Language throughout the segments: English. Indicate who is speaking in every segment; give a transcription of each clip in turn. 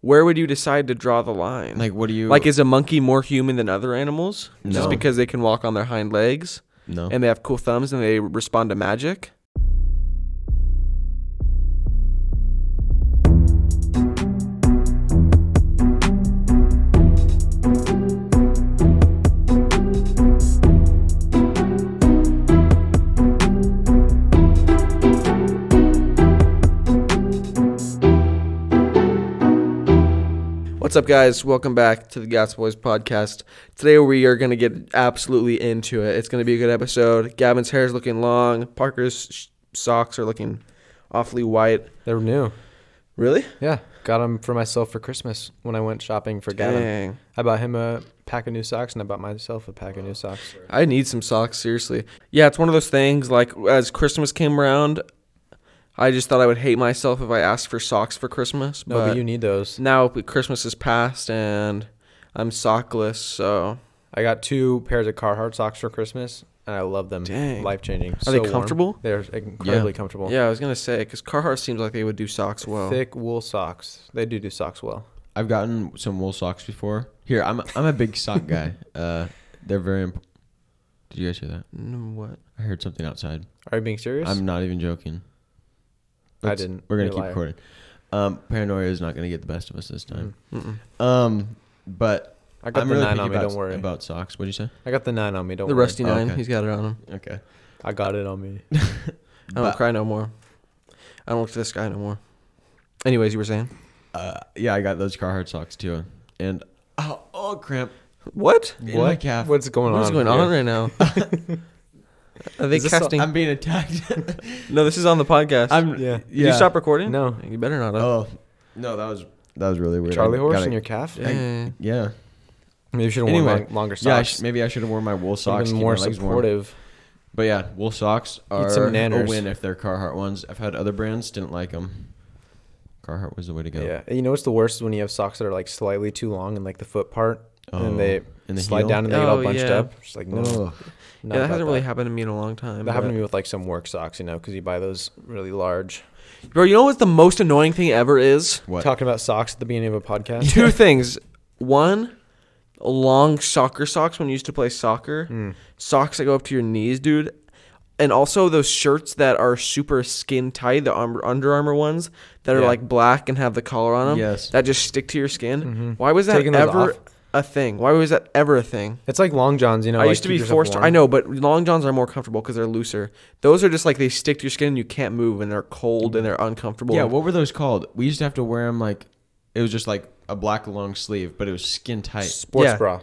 Speaker 1: where would you decide to draw the line?
Speaker 2: Like, what do you
Speaker 1: Like, is a monkey more human than other animals
Speaker 2: No.
Speaker 1: just because they can walk on their hind legs
Speaker 2: no?
Speaker 1: and they have cool thumbs and they respond to magic? What's up, guys? Welcome back to the Gas Boys podcast. Today we are going to get absolutely into it. It's going to be a good episode. Gavin's hair is looking long. Parker's sh- socks are looking awfully white.
Speaker 3: They're new.
Speaker 1: Really?
Speaker 3: Yeah, got them for myself for Christmas when I went shopping for Gavin.
Speaker 1: Dang.
Speaker 3: I bought him a pack of new socks and I bought myself a pack of new socks.
Speaker 1: I need some socks, seriously. Yeah, it's one of those things. Like as Christmas came around, I just thought I would hate myself if I asked for socks for Christmas.
Speaker 3: No, but, you need those.
Speaker 1: now Christmas is past and I'm sockless, so
Speaker 3: I got two pairs of Carhartt socks for Christmas and I love them.
Speaker 1: Dang.
Speaker 3: Life changing.
Speaker 1: Are they comfortable?
Speaker 3: They're incredibly comfortable.
Speaker 1: yeah, I was gonna say because Carhartt seems like they would do socks well.
Speaker 3: Thick wool socks. They do do socks well.
Speaker 2: I've gotten some wool socks before. Here, I'm I'm a big sock guy. Uh, they're very. Imp- Did you guys hear that?
Speaker 1: Mm, What?
Speaker 2: I heard something outside.
Speaker 3: Are you being serious?
Speaker 2: I'm not even joking.
Speaker 3: I
Speaker 2: Let's-
Speaker 3: didn't.
Speaker 2: We're gonna
Speaker 3: You're a
Speaker 2: keep
Speaker 3: liar.
Speaker 2: recording. Um, paranoia is not gonna get the best of us this time.
Speaker 1: Mm-mm.
Speaker 2: Um,
Speaker 3: Mm.
Speaker 2: but
Speaker 3: I got
Speaker 2: I'm
Speaker 3: the
Speaker 2: really
Speaker 3: nine
Speaker 2: picky
Speaker 3: on me.
Speaker 2: about,
Speaker 3: Don't worry.
Speaker 2: about socks. What'd you say?
Speaker 3: I got the nine on me. Don't
Speaker 1: The
Speaker 3: worry.
Speaker 1: rusty
Speaker 2: Oh,
Speaker 1: 9
Speaker 2: okay.
Speaker 1: he's got it on him.
Speaker 2: Okay.
Speaker 3: I got it on me.
Speaker 1: I
Speaker 3: Oh,
Speaker 2: uh,
Speaker 1: don't cry no more. I don't look to this guy no more. Anyways, you were saying
Speaker 2: Uh, yeah, I got those Carhartt socks too, and oh, oh cramp
Speaker 1: what?
Speaker 2: in my calf.
Speaker 3: What's going on?
Speaker 1: What's going
Speaker 3: here?
Speaker 1: on right now? Are they
Speaker 3: Is this all-
Speaker 1: casting?
Speaker 2: I'm being attacked.
Speaker 1: no, this is on the podcast.
Speaker 3: Yeah.
Speaker 2: I'm yeah.
Speaker 1: Did you stop recording?
Speaker 3: No.
Speaker 1: You better not. Uh, have.
Speaker 2: Oh no, that was that was really weird.
Speaker 3: Charlie
Speaker 2: I
Speaker 3: horse
Speaker 2: gotta-
Speaker 3: in your calf?
Speaker 1: Yeah.
Speaker 2: I- yeah.
Speaker 3: Maybe you should have worn
Speaker 2: Anyway,
Speaker 3: long, longer socks.
Speaker 2: Yeah, I sh- maybe I should have worn my wool socks.
Speaker 3: Even
Speaker 2: keep
Speaker 3: more
Speaker 2: my legs warm.
Speaker 3: supportive.
Speaker 2: But yeah, wool socks are
Speaker 3: some
Speaker 2: a
Speaker 3: nanners.
Speaker 2: win if they're Carhartt ones. I've had other brands didn't like them. Carhartt was the way to go.
Speaker 3: Yeah. And You know what's the worst is when you have socks that are like slightly too long and like the foot part
Speaker 2: Oh,
Speaker 3: and they
Speaker 2: and the
Speaker 3: slide
Speaker 2: heel?
Speaker 3: down and they get all
Speaker 1: Oh,
Speaker 3: bunched
Speaker 1: yeah.
Speaker 3: up. Just like no.
Speaker 2: Ugh.
Speaker 3: not
Speaker 1: Yeah, that
Speaker 3: about
Speaker 1: hasn't really
Speaker 3: that.
Speaker 1: happened to me in a long time.
Speaker 3: That happened
Speaker 1: but-
Speaker 3: to me with like some work socks, you know, because you buy those really large.
Speaker 1: Bro, you know what's the most annoying thing ever is?
Speaker 2: What?
Speaker 3: Talking about socks at the beginning of a podcast.
Speaker 1: Two things. One, long soccer socks when you used to play soccer.
Speaker 3: Hmm.
Speaker 1: Socks that go up to your knees, dude. And also those shirts that are super skin tight, the Arm- Under Armour ones that are
Speaker 3: Yeah.
Speaker 1: like black and have the collar on them.
Speaker 2: Yes.
Speaker 1: That just stick to your skin. Why was that
Speaker 3: Taking those
Speaker 1: ever
Speaker 3: off.
Speaker 1: a thing? Why was that ever a thing?
Speaker 3: It's like long johns, you know.
Speaker 1: I
Speaker 3: like,
Speaker 1: used to
Speaker 3: keep
Speaker 1: be
Speaker 3: yourself
Speaker 1: forced. to-
Speaker 3: warm.
Speaker 1: I know, but long johns are more comfortable because they're looser. Those are just like they stick to your skin and you can't move, and they're cold and they're uncomfortable.
Speaker 2: Yeah,
Speaker 1: and
Speaker 2: what were those called? We used to have to wear them like it was just like a black long sleeve, but it was skin tight.
Speaker 3: Sports
Speaker 1: yeah.
Speaker 3: bra.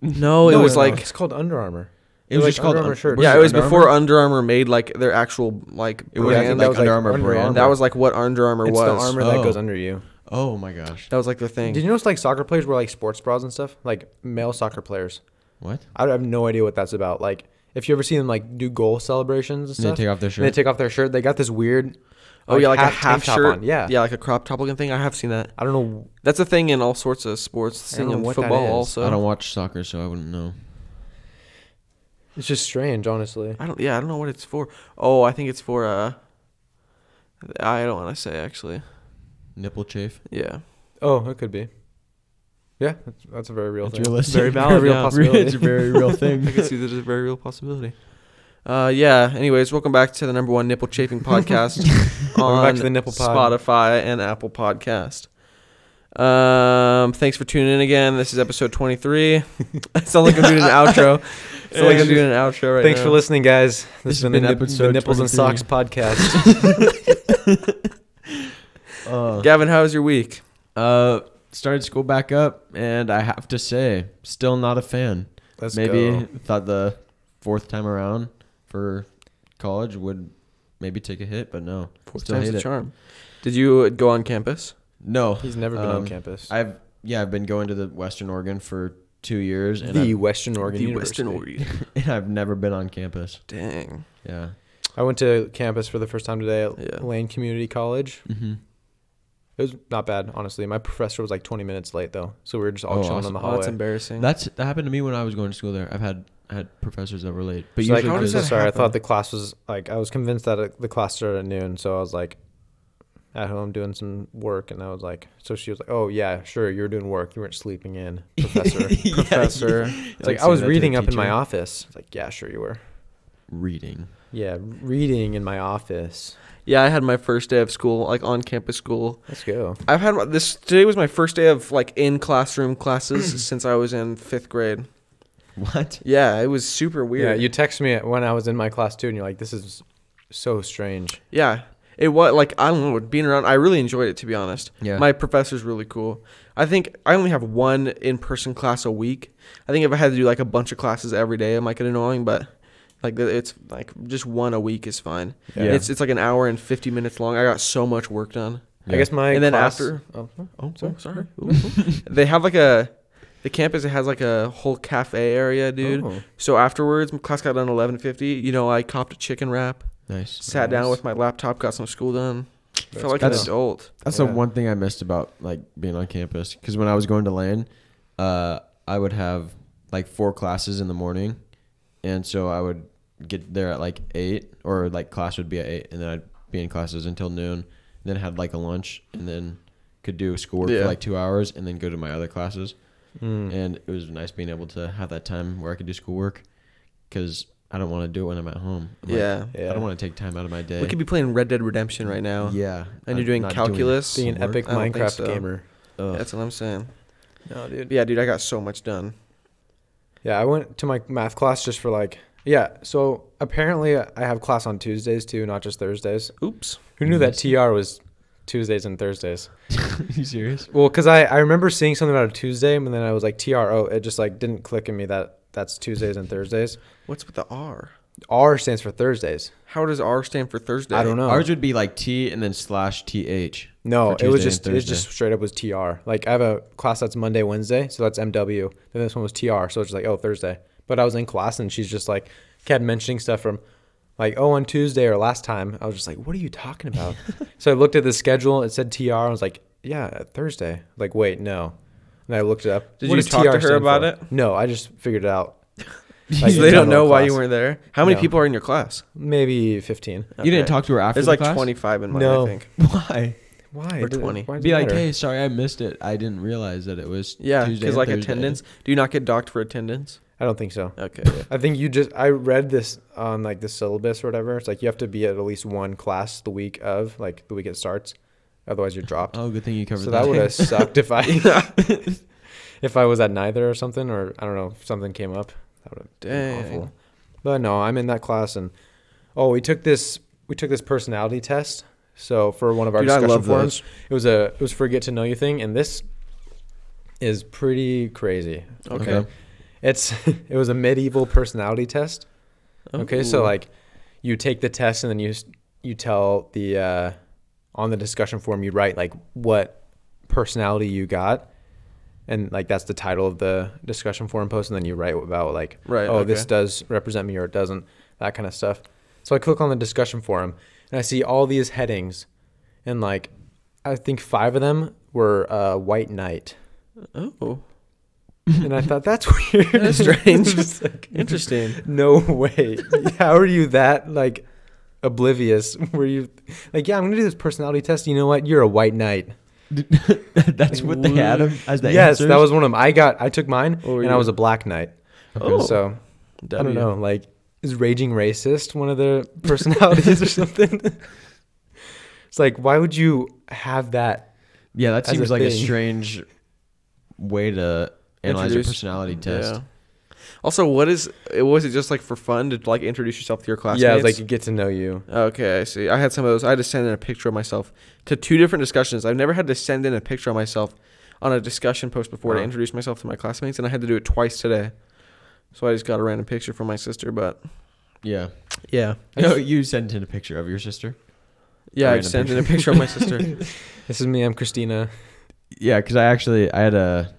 Speaker 1: No, it
Speaker 3: No,
Speaker 1: was
Speaker 3: no, no.
Speaker 1: like
Speaker 3: it's called Under Armor.
Speaker 2: It was
Speaker 3: They're
Speaker 2: just called
Speaker 3: Under Armour
Speaker 2: Un-
Speaker 3: shirts.
Speaker 2: Was
Speaker 1: yeah,
Speaker 2: it
Speaker 1: it was
Speaker 2: Under
Speaker 1: before Under Armour made like their actual like
Speaker 2: It was
Speaker 3: Yeah, I
Speaker 1: brand.
Speaker 3: think
Speaker 2: like
Speaker 3: that was,
Speaker 2: Under
Speaker 3: like,
Speaker 2: Armour
Speaker 3: Under
Speaker 2: brand.
Speaker 3: Armour.
Speaker 1: that was like what Under Armour
Speaker 3: It's
Speaker 1: was.
Speaker 3: the armor
Speaker 2: Oh.
Speaker 3: that goes under you.
Speaker 2: Oh my gosh.
Speaker 1: That was like the thing.
Speaker 3: Did you notice like soccer players wear like sports bras and stuff? Like male soccer players.
Speaker 2: What?
Speaker 3: I have no idea what that's about. Like, if you ever see them like do goal celebrations and
Speaker 2: And they
Speaker 3: stuff,
Speaker 2: take off their
Speaker 3: And
Speaker 2: shirt?
Speaker 3: they take off their shirt. They got this weird.
Speaker 1: oh yeah, like a half
Speaker 3: tank top
Speaker 1: shirt.
Speaker 3: on. Yeah.
Speaker 1: yeah, like a crop top looking thing. I have seen that.
Speaker 3: I don't know.
Speaker 1: That's a thing in all sorts of sports.
Speaker 3: I
Speaker 1: Thing
Speaker 3: don't know
Speaker 1: in
Speaker 3: what that
Speaker 1: football
Speaker 3: is.
Speaker 1: also.
Speaker 2: I don't watch soccer, so I wouldn't know.
Speaker 3: It's just strange, honestly.
Speaker 1: I don't. Yeah, I don't know what it's for. Oh, I think it's for uh. I don't want to say actually.
Speaker 2: Nipple chafe.
Speaker 1: Yeah.
Speaker 3: Oh, it could be. Yeah, that's, that's a very real
Speaker 2: It's
Speaker 3: thing.
Speaker 2: realistic.
Speaker 1: Very valid,
Speaker 3: real
Speaker 1: yeah.
Speaker 3: possibility.
Speaker 2: it's a very real thing.
Speaker 1: I can see that as a very real possibility. Uh, yeah. Anyways, welcome back to the number one nipple chafing podcast on
Speaker 3: Welcome back to the Nipple Pod.
Speaker 1: Spotify and Apple Podcast. Um, thanks for tuning in again. This is episode twenty three. it sounds like I'm doing an outro. It sounds like I'm doing an outro right
Speaker 3: Thanks
Speaker 1: now.
Speaker 3: for listening, guys. This, has been, the,
Speaker 2: been
Speaker 3: Nip- the
Speaker 2: episode
Speaker 3: Nipples and
Speaker 2: 23.
Speaker 3: Socks podcast.
Speaker 2: Uh,
Speaker 1: Gavin, how was your week?
Speaker 2: uh, started school back up, and I have to say, still not a fan.
Speaker 3: Let's
Speaker 2: maybe
Speaker 3: go.
Speaker 2: thought the fourth time around for college would maybe take a hit, but no,
Speaker 1: Fourth
Speaker 2: Still
Speaker 1: time's
Speaker 2: hate
Speaker 1: the
Speaker 2: it.
Speaker 1: charm. Did you go on campus?
Speaker 2: no.
Speaker 3: He's never been
Speaker 2: Um,
Speaker 3: on campus.
Speaker 2: I've yeah, I've been going to the Western Oregon for two years, and
Speaker 3: the Western Oregon
Speaker 1: the
Speaker 3: University.
Speaker 1: Western Oregon.
Speaker 2: I've, and I've never been on campus.
Speaker 1: Dang.
Speaker 2: Yeah,
Speaker 3: I went to campus for the first time today at
Speaker 1: Yeah.
Speaker 3: Lane Community College.
Speaker 2: mm-hmm.
Speaker 3: It was not bad, honestly. My professor was like 20 minutes late though, so we were just all
Speaker 2: Oh,
Speaker 3: chilling
Speaker 2: awesome.
Speaker 3: in the
Speaker 1: Oh, that's
Speaker 3: hallway.
Speaker 1: embarrassing.
Speaker 2: that's that happened to me when I was going to school there. I've had I had professors that were late, but
Speaker 3: She's like,
Speaker 2: usually
Speaker 1: how
Speaker 3: I'm
Speaker 1: does
Speaker 3: so
Speaker 1: that
Speaker 3: sorry. I
Speaker 1: happen?
Speaker 3: thought the class was like I was convinced that it, the class started at noon, so I was like, at home doing some work, and I was like, so she was like, oh yeah, sure, you were doing work, you weren't sleeping in, professor. professor. It's like I was reading up in my office. It's like yeah, sure you were.
Speaker 2: Reading.
Speaker 3: Yeah, reading in my office.
Speaker 1: Yeah, I had my first day of school, like on campus school.
Speaker 3: Let's go.
Speaker 1: I've had my- this today was my first day of like in classroom classes since I was in fifth grade.
Speaker 2: What?
Speaker 1: Yeah, it was super
Speaker 3: Yeah,
Speaker 1: weird.
Speaker 3: you text me when I was in my class too, and you're like, this is so strange.
Speaker 1: Yeah. It was like I don't know, being around I really enjoyed it to be honest.
Speaker 2: Yeah.
Speaker 1: My professor's really cool. I think I only have one in person class a week. I think if I had to do like a bunch of classes every day, it might get annoying, but like the- it's like just one a week is fine.
Speaker 2: Yeah.
Speaker 1: And It's it's like an hour and fifty minutes long. I got so much work done.
Speaker 3: I
Speaker 2: Yeah.
Speaker 3: guess my
Speaker 1: And then
Speaker 3: class-
Speaker 1: after-
Speaker 3: Oh,
Speaker 1: Oh,
Speaker 3: Sorry.
Speaker 1: sorry. sorry. Ooh, ooh. they have like a the campus it has like a whole cafe area, dude.
Speaker 3: oh.
Speaker 1: So afterwards, my class got done eleven fifty. You know, I copped a chicken wrap,
Speaker 2: Nice.
Speaker 1: sat down
Speaker 3: Nice.
Speaker 1: with my laptop, got some school done. Felt like
Speaker 2: good.
Speaker 1: an adult.
Speaker 2: That's
Speaker 3: Yeah.
Speaker 2: the one thing I missed about like being on campus. Because when I was going to land, uh, I would have like four classes in the morning, and so I would get there at like eight, or like class would be at eight, and then I'd be in classes until noon. Then had like a lunch, and then could do schoolwork
Speaker 1: Yeah. Hmm.
Speaker 2: for like two hours, and then go to my other classes.
Speaker 3: Mm.
Speaker 2: And it was nice being able to have that time where I could do schoolwork, because I don't want to do it when I'm at home. I'm like,
Speaker 1: yeah.
Speaker 3: Yeah.
Speaker 2: I don't want to take time out of my day.
Speaker 1: We could be playing Red Dead Redemption right now.
Speaker 2: yeah,
Speaker 1: And
Speaker 2: I'm
Speaker 1: you're doing
Speaker 2: not it.
Speaker 1: calculus.
Speaker 3: Being an
Speaker 2: Some work?
Speaker 3: epic
Speaker 1: I don't think
Speaker 3: Minecraft
Speaker 1: so.
Speaker 3: gamer.
Speaker 2: Ugh.
Speaker 1: That's what I'm saying.
Speaker 3: No, dude.
Speaker 1: But yeah, dude, I got so much done.
Speaker 3: Yeah, I went to my math class just for like, yeah. So apparently, I have class on Tuesdays too, not just Thursdays.
Speaker 1: Oops.
Speaker 3: Who knew that TR was Tuesdays and Thursdays?
Speaker 2: you serious?
Speaker 3: Well, because I, I remember seeing something about a Tuesday, and then I was like TR. Oh, it just like didn't click in me that that's Tuesdays and Thursdays.
Speaker 1: What's with the R?
Speaker 3: R stands for Thursdays.
Speaker 1: How does R stand for Thursday?
Speaker 3: I don't know.
Speaker 2: Ours would be like T and then slash TH.
Speaker 3: No,
Speaker 2: for
Speaker 3: it was
Speaker 2: Tuesday
Speaker 3: just
Speaker 2: and
Speaker 3: it just
Speaker 2: Thursday.
Speaker 3: straight up was TR. Like I have a class that's Monday, Wednesday, so that's MW. Then this one was TR, so it's just like oh Thursday. But I was in class and she's just like kept mentioning stuff from like oh on Tuesday or last time. I was just like what are you talking about? so I looked at the schedule. It said TR. I was like yeah Thursday. Like wait no. And I looked it up.
Speaker 1: Did
Speaker 3: What
Speaker 1: you
Speaker 3: does
Speaker 1: talk to her
Speaker 3: stand
Speaker 1: about
Speaker 3: for?
Speaker 1: it?
Speaker 3: No, I just figured it out.
Speaker 1: So
Speaker 3: in
Speaker 1: they don't know
Speaker 3: general
Speaker 1: why you
Speaker 3: class.
Speaker 1: weren't there. How many
Speaker 3: No.
Speaker 1: people are in your class?
Speaker 3: Maybe fifteen.
Speaker 2: You didn't
Speaker 1: Okay.
Speaker 2: talk to her after
Speaker 1: There's
Speaker 2: the
Speaker 1: like
Speaker 2: class?
Speaker 1: 25 in mine,
Speaker 3: No.
Speaker 1: I think.
Speaker 2: Why?
Speaker 3: Why?
Speaker 1: Or
Speaker 3: Did it-
Speaker 1: 20.
Speaker 3: why does
Speaker 2: Be
Speaker 3: it
Speaker 2: like,
Speaker 3: matter?
Speaker 2: hey, sorry, I missed it. I didn't realize that it was
Speaker 1: Yeah,
Speaker 2: Tuesday
Speaker 1: because
Speaker 2: and
Speaker 1: like
Speaker 2: Thursday."
Speaker 1: attendance. Do you not get docked for attendance?
Speaker 3: I don't think so.
Speaker 1: Okay.
Speaker 3: I think you just I read this on like the syllabus or whatever. It's like you have to be at at least one class the week of, like the week it starts. Otherwise you're dropped.
Speaker 2: Oh, good thing you covered
Speaker 3: so
Speaker 2: that.
Speaker 3: that would have sucked if I if I was at neither or something or I don't know, if something came up. That would have been
Speaker 1: Dang.
Speaker 3: awful. But no, I'm in that class and oh, we took this we took this personality test. So for one of our
Speaker 1: Dude, I
Speaker 3: discussion
Speaker 1: love
Speaker 3: forums,
Speaker 1: those.
Speaker 3: it was a it was for a get to know you thing and this is pretty crazy.
Speaker 1: Okay.
Speaker 2: Okay.
Speaker 3: It's it was a medieval personality test. Okay, so
Speaker 1: Ooh.
Speaker 3: like you take the test and then you s- you tell the uh, on the discussion form you write like what personality you got, and like that's the title of the discussion forum post, and then you write about like
Speaker 1: Right,
Speaker 3: oh this
Speaker 1: okay.
Speaker 3: does represent me or it doesn't that kind of stuff. So I click on the discussion forum and I see all these headings, and like I think five of them were uh, white knight,
Speaker 1: Oh,
Speaker 3: and I thought that's weird,
Speaker 1: That's strange.
Speaker 3: Just like-
Speaker 1: interesting.
Speaker 3: no way. How are you that like oblivious? Were you like, yeah, I'm gonna do this personality test. You know what? You're a white knight.
Speaker 2: That's what they had him as the
Speaker 3: yes,
Speaker 2: answers?
Speaker 3: that was one of them. I got. I took mine,
Speaker 1: What were
Speaker 3: and I
Speaker 1: you?
Speaker 3: was a black knight.
Speaker 1: Oh,
Speaker 3: so I
Speaker 1: W.
Speaker 3: don't know. Like, is raging racist one of their personalities or something? it's like, why would you have that?
Speaker 2: Yeah, that
Speaker 3: as a
Speaker 2: seems like a
Speaker 3: thing.
Speaker 2: strange way to analyze a
Speaker 1: Introduce-
Speaker 2: personality test.
Speaker 1: Yeah. Also, what is it? Was it just like for fun to like introduce yourself to your classmates?
Speaker 3: Yeah, it's like you get to know you.
Speaker 1: Okay, I see. I had some of those. I had to send in a picture of myself to two different discussions. I've never had to send in a picture of myself on a discussion post before to
Speaker 3: Wow.
Speaker 1: introduce myself to my classmates, and I had to do it twice today. So I just got a random picture from my sister, but
Speaker 2: Yeah.
Speaker 1: yeah,
Speaker 2: No, you sent in a picture of your sister.
Speaker 1: yeah, I
Speaker 2: Random
Speaker 1: sent in a picture of my sister.
Speaker 3: This is me. I'm Christina.
Speaker 2: Yeah, because I actually I had a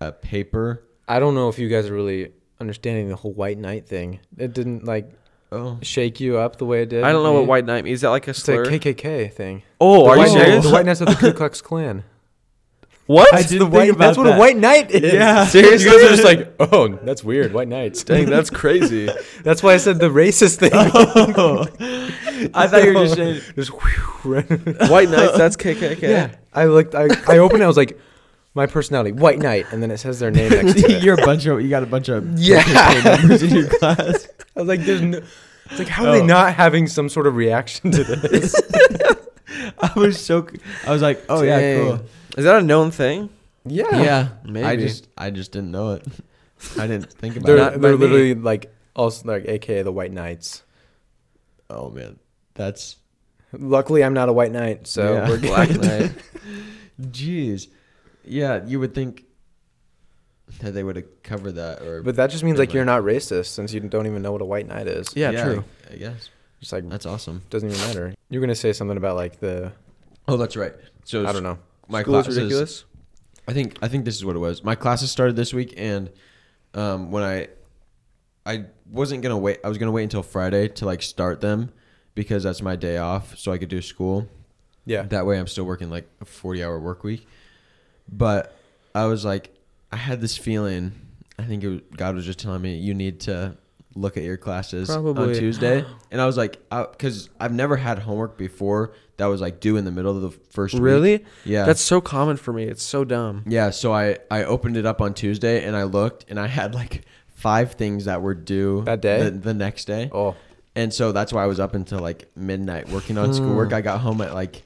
Speaker 2: a paper.
Speaker 3: I don't know if you guys are really understanding the whole white knight thing. It didn't like
Speaker 2: Oh,
Speaker 3: shake you up the way it did.
Speaker 1: I don't know
Speaker 3: me?
Speaker 1: what white night means. Is that like a
Speaker 3: It's a
Speaker 1: slur?
Speaker 3: KKK thing.
Speaker 1: oh, are
Speaker 3: the
Speaker 1: you
Speaker 3: white knight-
Speaker 1: serious?
Speaker 3: The White Knights of the Ku Klux Klan. What?
Speaker 2: I
Speaker 3: It's
Speaker 2: didn't
Speaker 3: the
Speaker 2: think
Speaker 3: white,
Speaker 2: about
Speaker 3: That's what
Speaker 2: that.
Speaker 3: a white knight is.
Speaker 2: Yeah.
Speaker 1: Seriously?
Speaker 3: You guys are just like, oh, that's weird. White knights.
Speaker 1: Dang, that's crazy.
Speaker 3: That's why I said the racist thing.
Speaker 2: I thought you were just saying.
Speaker 3: Just whew, right-
Speaker 1: White Knights, that's KKK.
Speaker 3: yeah. I looked. I, I opened. it, I was like, my personality, white knight, and then it says their name next to it.
Speaker 2: You're a bunch of you got a bunch of
Speaker 3: Yeah.
Speaker 2: KKK members in your class.
Speaker 3: I was like, there's no. It's like, how are they
Speaker 2: Oh.
Speaker 3: not having some sort of reaction to this?
Speaker 2: I was so c- I was like, oh yeah,
Speaker 1: Dang.
Speaker 2: cool.
Speaker 1: Is that a known thing?
Speaker 3: yeah.
Speaker 1: Maybe.
Speaker 2: I just I just didn't know it. I didn't think about
Speaker 3: They're,
Speaker 2: it.
Speaker 1: Not by
Speaker 3: they're
Speaker 1: me.
Speaker 3: literally like also like AKA the white knights.
Speaker 2: Oh man, that's
Speaker 3: Luckily, I'm not a white knight, so
Speaker 2: Yeah.
Speaker 3: we're
Speaker 1: Black
Speaker 3: good.
Speaker 1: Knight.
Speaker 2: jeez. Yeah, you would think that they would have covered that, or
Speaker 3: But that just means like you're not racist since you don't even know what a white knight is.
Speaker 1: Yeah, true.
Speaker 2: I, I guess
Speaker 3: Just like
Speaker 2: that's awesome.
Speaker 3: doesn't even matter. You're gonna say something about like the
Speaker 2: Oh, that's right. So
Speaker 3: I don't know.
Speaker 2: My
Speaker 1: School is
Speaker 2: classes-
Speaker 1: ridiculous.
Speaker 2: I think I think this is what it was. My classes started this week, and um, when I I wasn't gonna wait, I was gonna wait until Friday to like start them because that's my day off, so I could do school.
Speaker 3: Yeah.
Speaker 2: That way, I'm still working like a 40 hour work week. But I was like, I had this feeling. I think it was, God was just telling me you need to look at your classes on
Speaker 1: Probably.
Speaker 2: Tuesday, and I was like, because I've never had homework before that was like due in the middle of the first week.
Speaker 1: Really?
Speaker 2: Yeah.
Speaker 1: That's so common for me. It's so dumb.
Speaker 2: Yeah, so I I opened it up on Tuesday and I looked and I had like five things that were due
Speaker 3: That day?
Speaker 2: the, the next day.
Speaker 3: Oh.
Speaker 2: And so that's why I was up until like midnight working
Speaker 3: Hmm.
Speaker 2: on schoolwork. I got home at like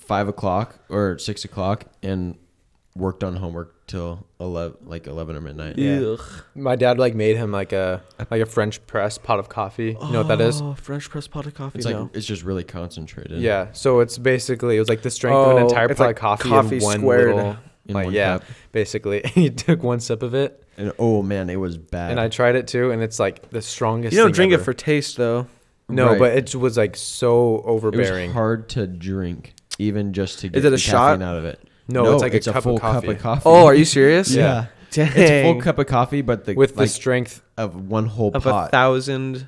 Speaker 2: five o'clock or six o'clock and worked on homework till eleven like eleven or midnight.
Speaker 3: Yeah. My dad like made him like a like a French press pot of coffee. You know what that is?
Speaker 1: Oh, French press pot of coffee.
Speaker 2: It's like
Speaker 1: no.
Speaker 2: it's just really concentrated.
Speaker 3: Yeah. So it's basically it was like the strength of an
Speaker 1: Oh,
Speaker 3: entire
Speaker 1: it's
Speaker 3: pot
Speaker 1: like
Speaker 3: of coffee,
Speaker 1: coffee
Speaker 3: in one
Speaker 1: squared
Speaker 3: little
Speaker 2: in
Speaker 3: like
Speaker 2: one
Speaker 3: yeah,
Speaker 2: cup.
Speaker 3: basically. And he took one sip of it
Speaker 2: And oh man, it was bad.
Speaker 3: and I tried it too and it's like the strongest
Speaker 1: you don't
Speaker 3: thing
Speaker 1: drink
Speaker 3: ever.
Speaker 1: it for taste, though.
Speaker 3: No,
Speaker 2: Right.
Speaker 3: but it was like so
Speaker 2: it was
Speaker 3: overbearing.
Speaker 2: hard to drink even just to get
Speaker 1: it a
Speaker 2: the
Speaker 1: shot?
Speaker 2: caffeine out of it.
Speaker 3: No, it's like a cup of
Speaker 2: full
Speaker 3: coffee.
Speaker 2: cup of coffee.
Speaker 1: Oh, are you serious?
Speaker 2: Yeah.
Speaker 1: Dang.
Speaker 2: It's a full cup of coffee, but the
Speaker 3: with the
Speaker 2: like,
Speaker 3: strength
Speaker 2: of one whole
Speaker 1: of a
Speaker 2: pot
Speaker 1: thousand.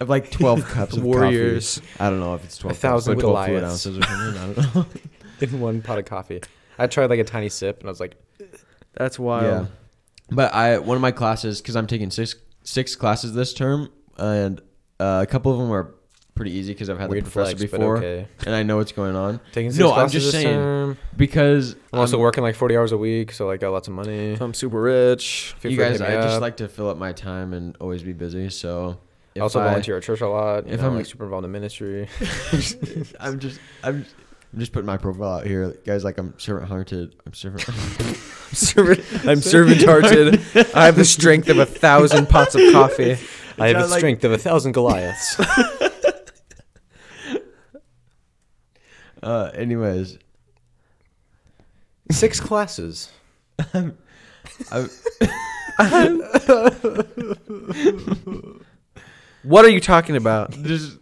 Speaker 2: of like twelve cups of
Speaker 1: Warriors.
Speaker 2: coffee. I don't know if it's twelve
Speaker 3: thousand
Speaker 2: cups, but 12 fluid
Speaker 3: Goliaths.
Speaker 2: ounces or something. I don't know.
Speaker 3: in one pot of coffee. I tried like a tiny sip and I was like,
Speaker 1: That's
Speaker 2: yeah,
Speaker 1: wild.
Speaker 2: but I one of my classes because I'm taking six six classes this term, and uh, a couple of them are pretty easy because I've had
Speaker 3: Weird
Speaker 2: the professor
Speaker 3: flex, but
Speaker 2: before,
Speaker 3: okay.
Speaker 2: and I know what's going on.
Speaker 3: taking six
Speaker 2: no, I'm
Speaker 3: classes
Speaker 2: just
Speaker 3: this
Speaker 2: saying
Speaker 3: term.
Speaker 2: because
Speaker 3: I'm also
Speaker 2: I'm-
Speaker 3: working like 40 hours a week, so like got lots of money.
Speaker 1: If I'm super rich.
Speaker 3: Feel
Speaker 2: you
Speaker 3: free to
Speaker 2: guys,
Speaker 3: hit
Speaker 2: I
Speaker 3: me
Speaker 2: just
Speaker 3: up.
Speaker 2: like to fill up my time and always be busy. So
Speaker 3: I also
Speaker 2: I-
Speaker 3: volunteer at church a lot.
Speaker 2: if
Speaker 3: if I'm
Speaker 2: I'm-
Speaker 3: like super involved in ministry,
Speaker 2: I'm just I'm I'm just putting my profile out here, guys. Like I'm servant hearted. I'm servant.
Speaker 1: I'm servant hearted. I have the strength of a thousand pots of coffee.
Speaker 3: I have
Speaker 2: not
Speaker 3: the
Speaker 2: like-
Speaker 3: strength of a thousand Goliaths.
Speaker 2: uh, anyways,
Speaker 3: Six classes.
Speaker 2: I,
Speaker 1: What are you talking about?
Speaker 2: just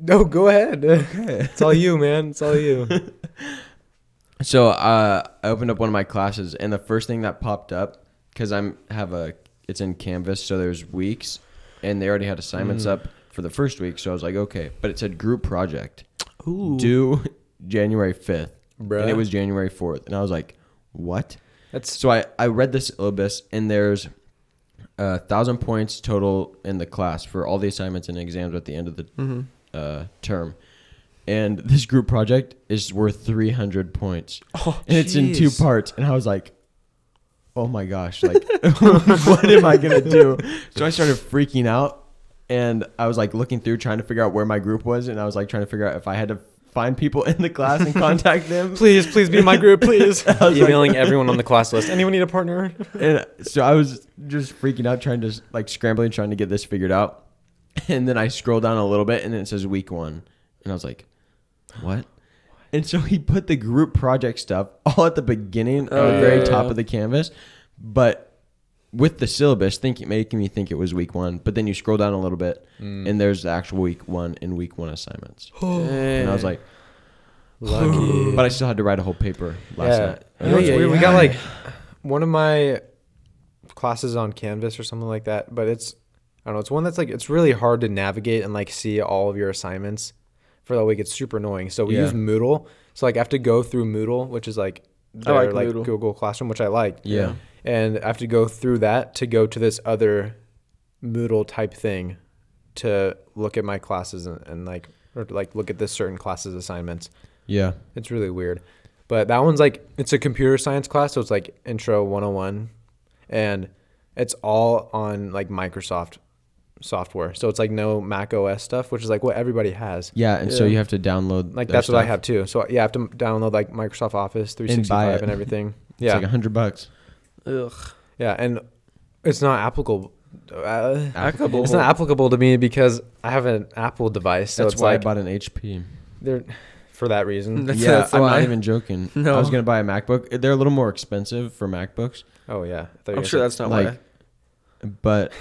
Speaker 3: No, go ahead. it's all you, man. It's all you.
Speaker 2: so uh, I opened up one of my classes, and the first thing that popped up because I'm have a it's in Canvas, so there's weeks, and they already had assignments up for the first week. So I was like, okay, but it said group project
Speaker 1: Ooh.
Speaker 2: due January fifth, and it
Speaker 3: Bruh.
Speaker 2: was January fourth, and I was like, what?
Speaker 3: That's
Speaker 2: So I, I read the syllabus and there's a thousand points total in the class for all the assignments and exams at the end of the
Speaker 1: Mm-hmm.
Speaker 2: uh, term. And this group project is worth 300 points.
Speaker 1: Oh,
Speaker 2: and it's in two
Speaker 1: jeez.
Speaker 2: parts. And I was like, oh my gosh, like, what am I going to do? So I started freaking out. And I was like looking through, trying to figure out where my group was. And I was like trying to figure out if I had to find people in the class and contact them.
Speaker 3: please, please be in my group, please. Emailing everyone on the class list. Anyone need a partner?
Speaker 2: and so I was just freaking out, trying to like scrambling, trying to get this figured out. And then I scroll down a little bit, and it says week one, and I was like, "What?" And so he put the group project stuff all at the beginning,
Speaker 1: Oh,
Speaker 2: at the very
Speaker 1: yeah.
Speaker 2: top of the canvas, but with the syllabus, thinking making me think it was week one. But then you scroll down a little bit,
Speaker 3: Hmm.
Speaker 1: Mm.
Speaker 2: and there's the actual week one and week one assignments.
Speaker 1: Oh.
Speaker 2: And I was like,
Speaker 3: Lucky.
Speaker 2: but I still had to write a whole paper last night.
Speaker 3: You know what's
Speaker 1: Yeah,
Speaker 3: weird? We
Speaker 1: yeah.
Speaker 3: got like one of my classes on Canvas or something like that, but it's I don't know, it's one that's like it's really hard to navigate and like see all of your assignments for that week. It's super annoying. So we
Speaker 2: Yeah.
Speaker 3: use Moodle. So like I have to go through Moodle, which is like their
Speaker 1: like
Speaker 3: like,
Speaker 1: Moodle.
Speaker 3: Google Classroom, which I liked.
Speaker 2: Yeah.
Speaker 3: And I have to go through that to go to this other Moodle type thing to look at my classes and, and like or like look at this certain classes assignments.
Speaker 2: Yeah.
Speaker 3: It's really weird. But that one's like it's a computer science class, so it's like intro 101 and it's all on like Microsoft software. So it's like no Mac OS stuff, which is like what everybody has.
Speaker 2: Yeah. And so
Speaker 1: Yeah.
Speaker 2: you have to download
Speaker 3: Like
Speaker 2: their
Speaker 3: that's what I
Speaker 2: stuff.
Speaker 3: have too. So yeah, I have to download like Microsoft Office
Speaker 2: And
Speaker 3: 365
Speaker 2: buy it.
Speaker 3: and, everything.
Speaker 2: It's
Speaker 3: Yeah.
Speaker 2: like a hundred bucks.
Speaker 1: Ugh.
Speaker 3: yeah, and it's not applicable uh,
Speaker 1: Applicable.
Speaker 3: it's not applicable to me because I have an Apple device. So
Speaker 2: that's
Speaker 3: it's
Speaker 2: why I
Speaker 3: like
Speaker 2: bought an HP.
Speaker 3: they're for that reason.
Speaker 1: That's-
Speaker 2: yeah,
Speaker 1: that's
Speaker 2: I'm
Speaker 1: why.
Speaker 2: not even joking.
Speaker 1: No.
Speaker 2: I was gonna buy a MacBook. They're a little more expensive for MacBooks,
Speaker 3: Oh yeah. I thought you were
Speaker 1: I'm
Speaker 3: gonna
Speaker 1: sure
Speaker 3: say-
Speaker 1: that's not
Speaker 2: like-
Speaker 1: why.
Speaker 2: but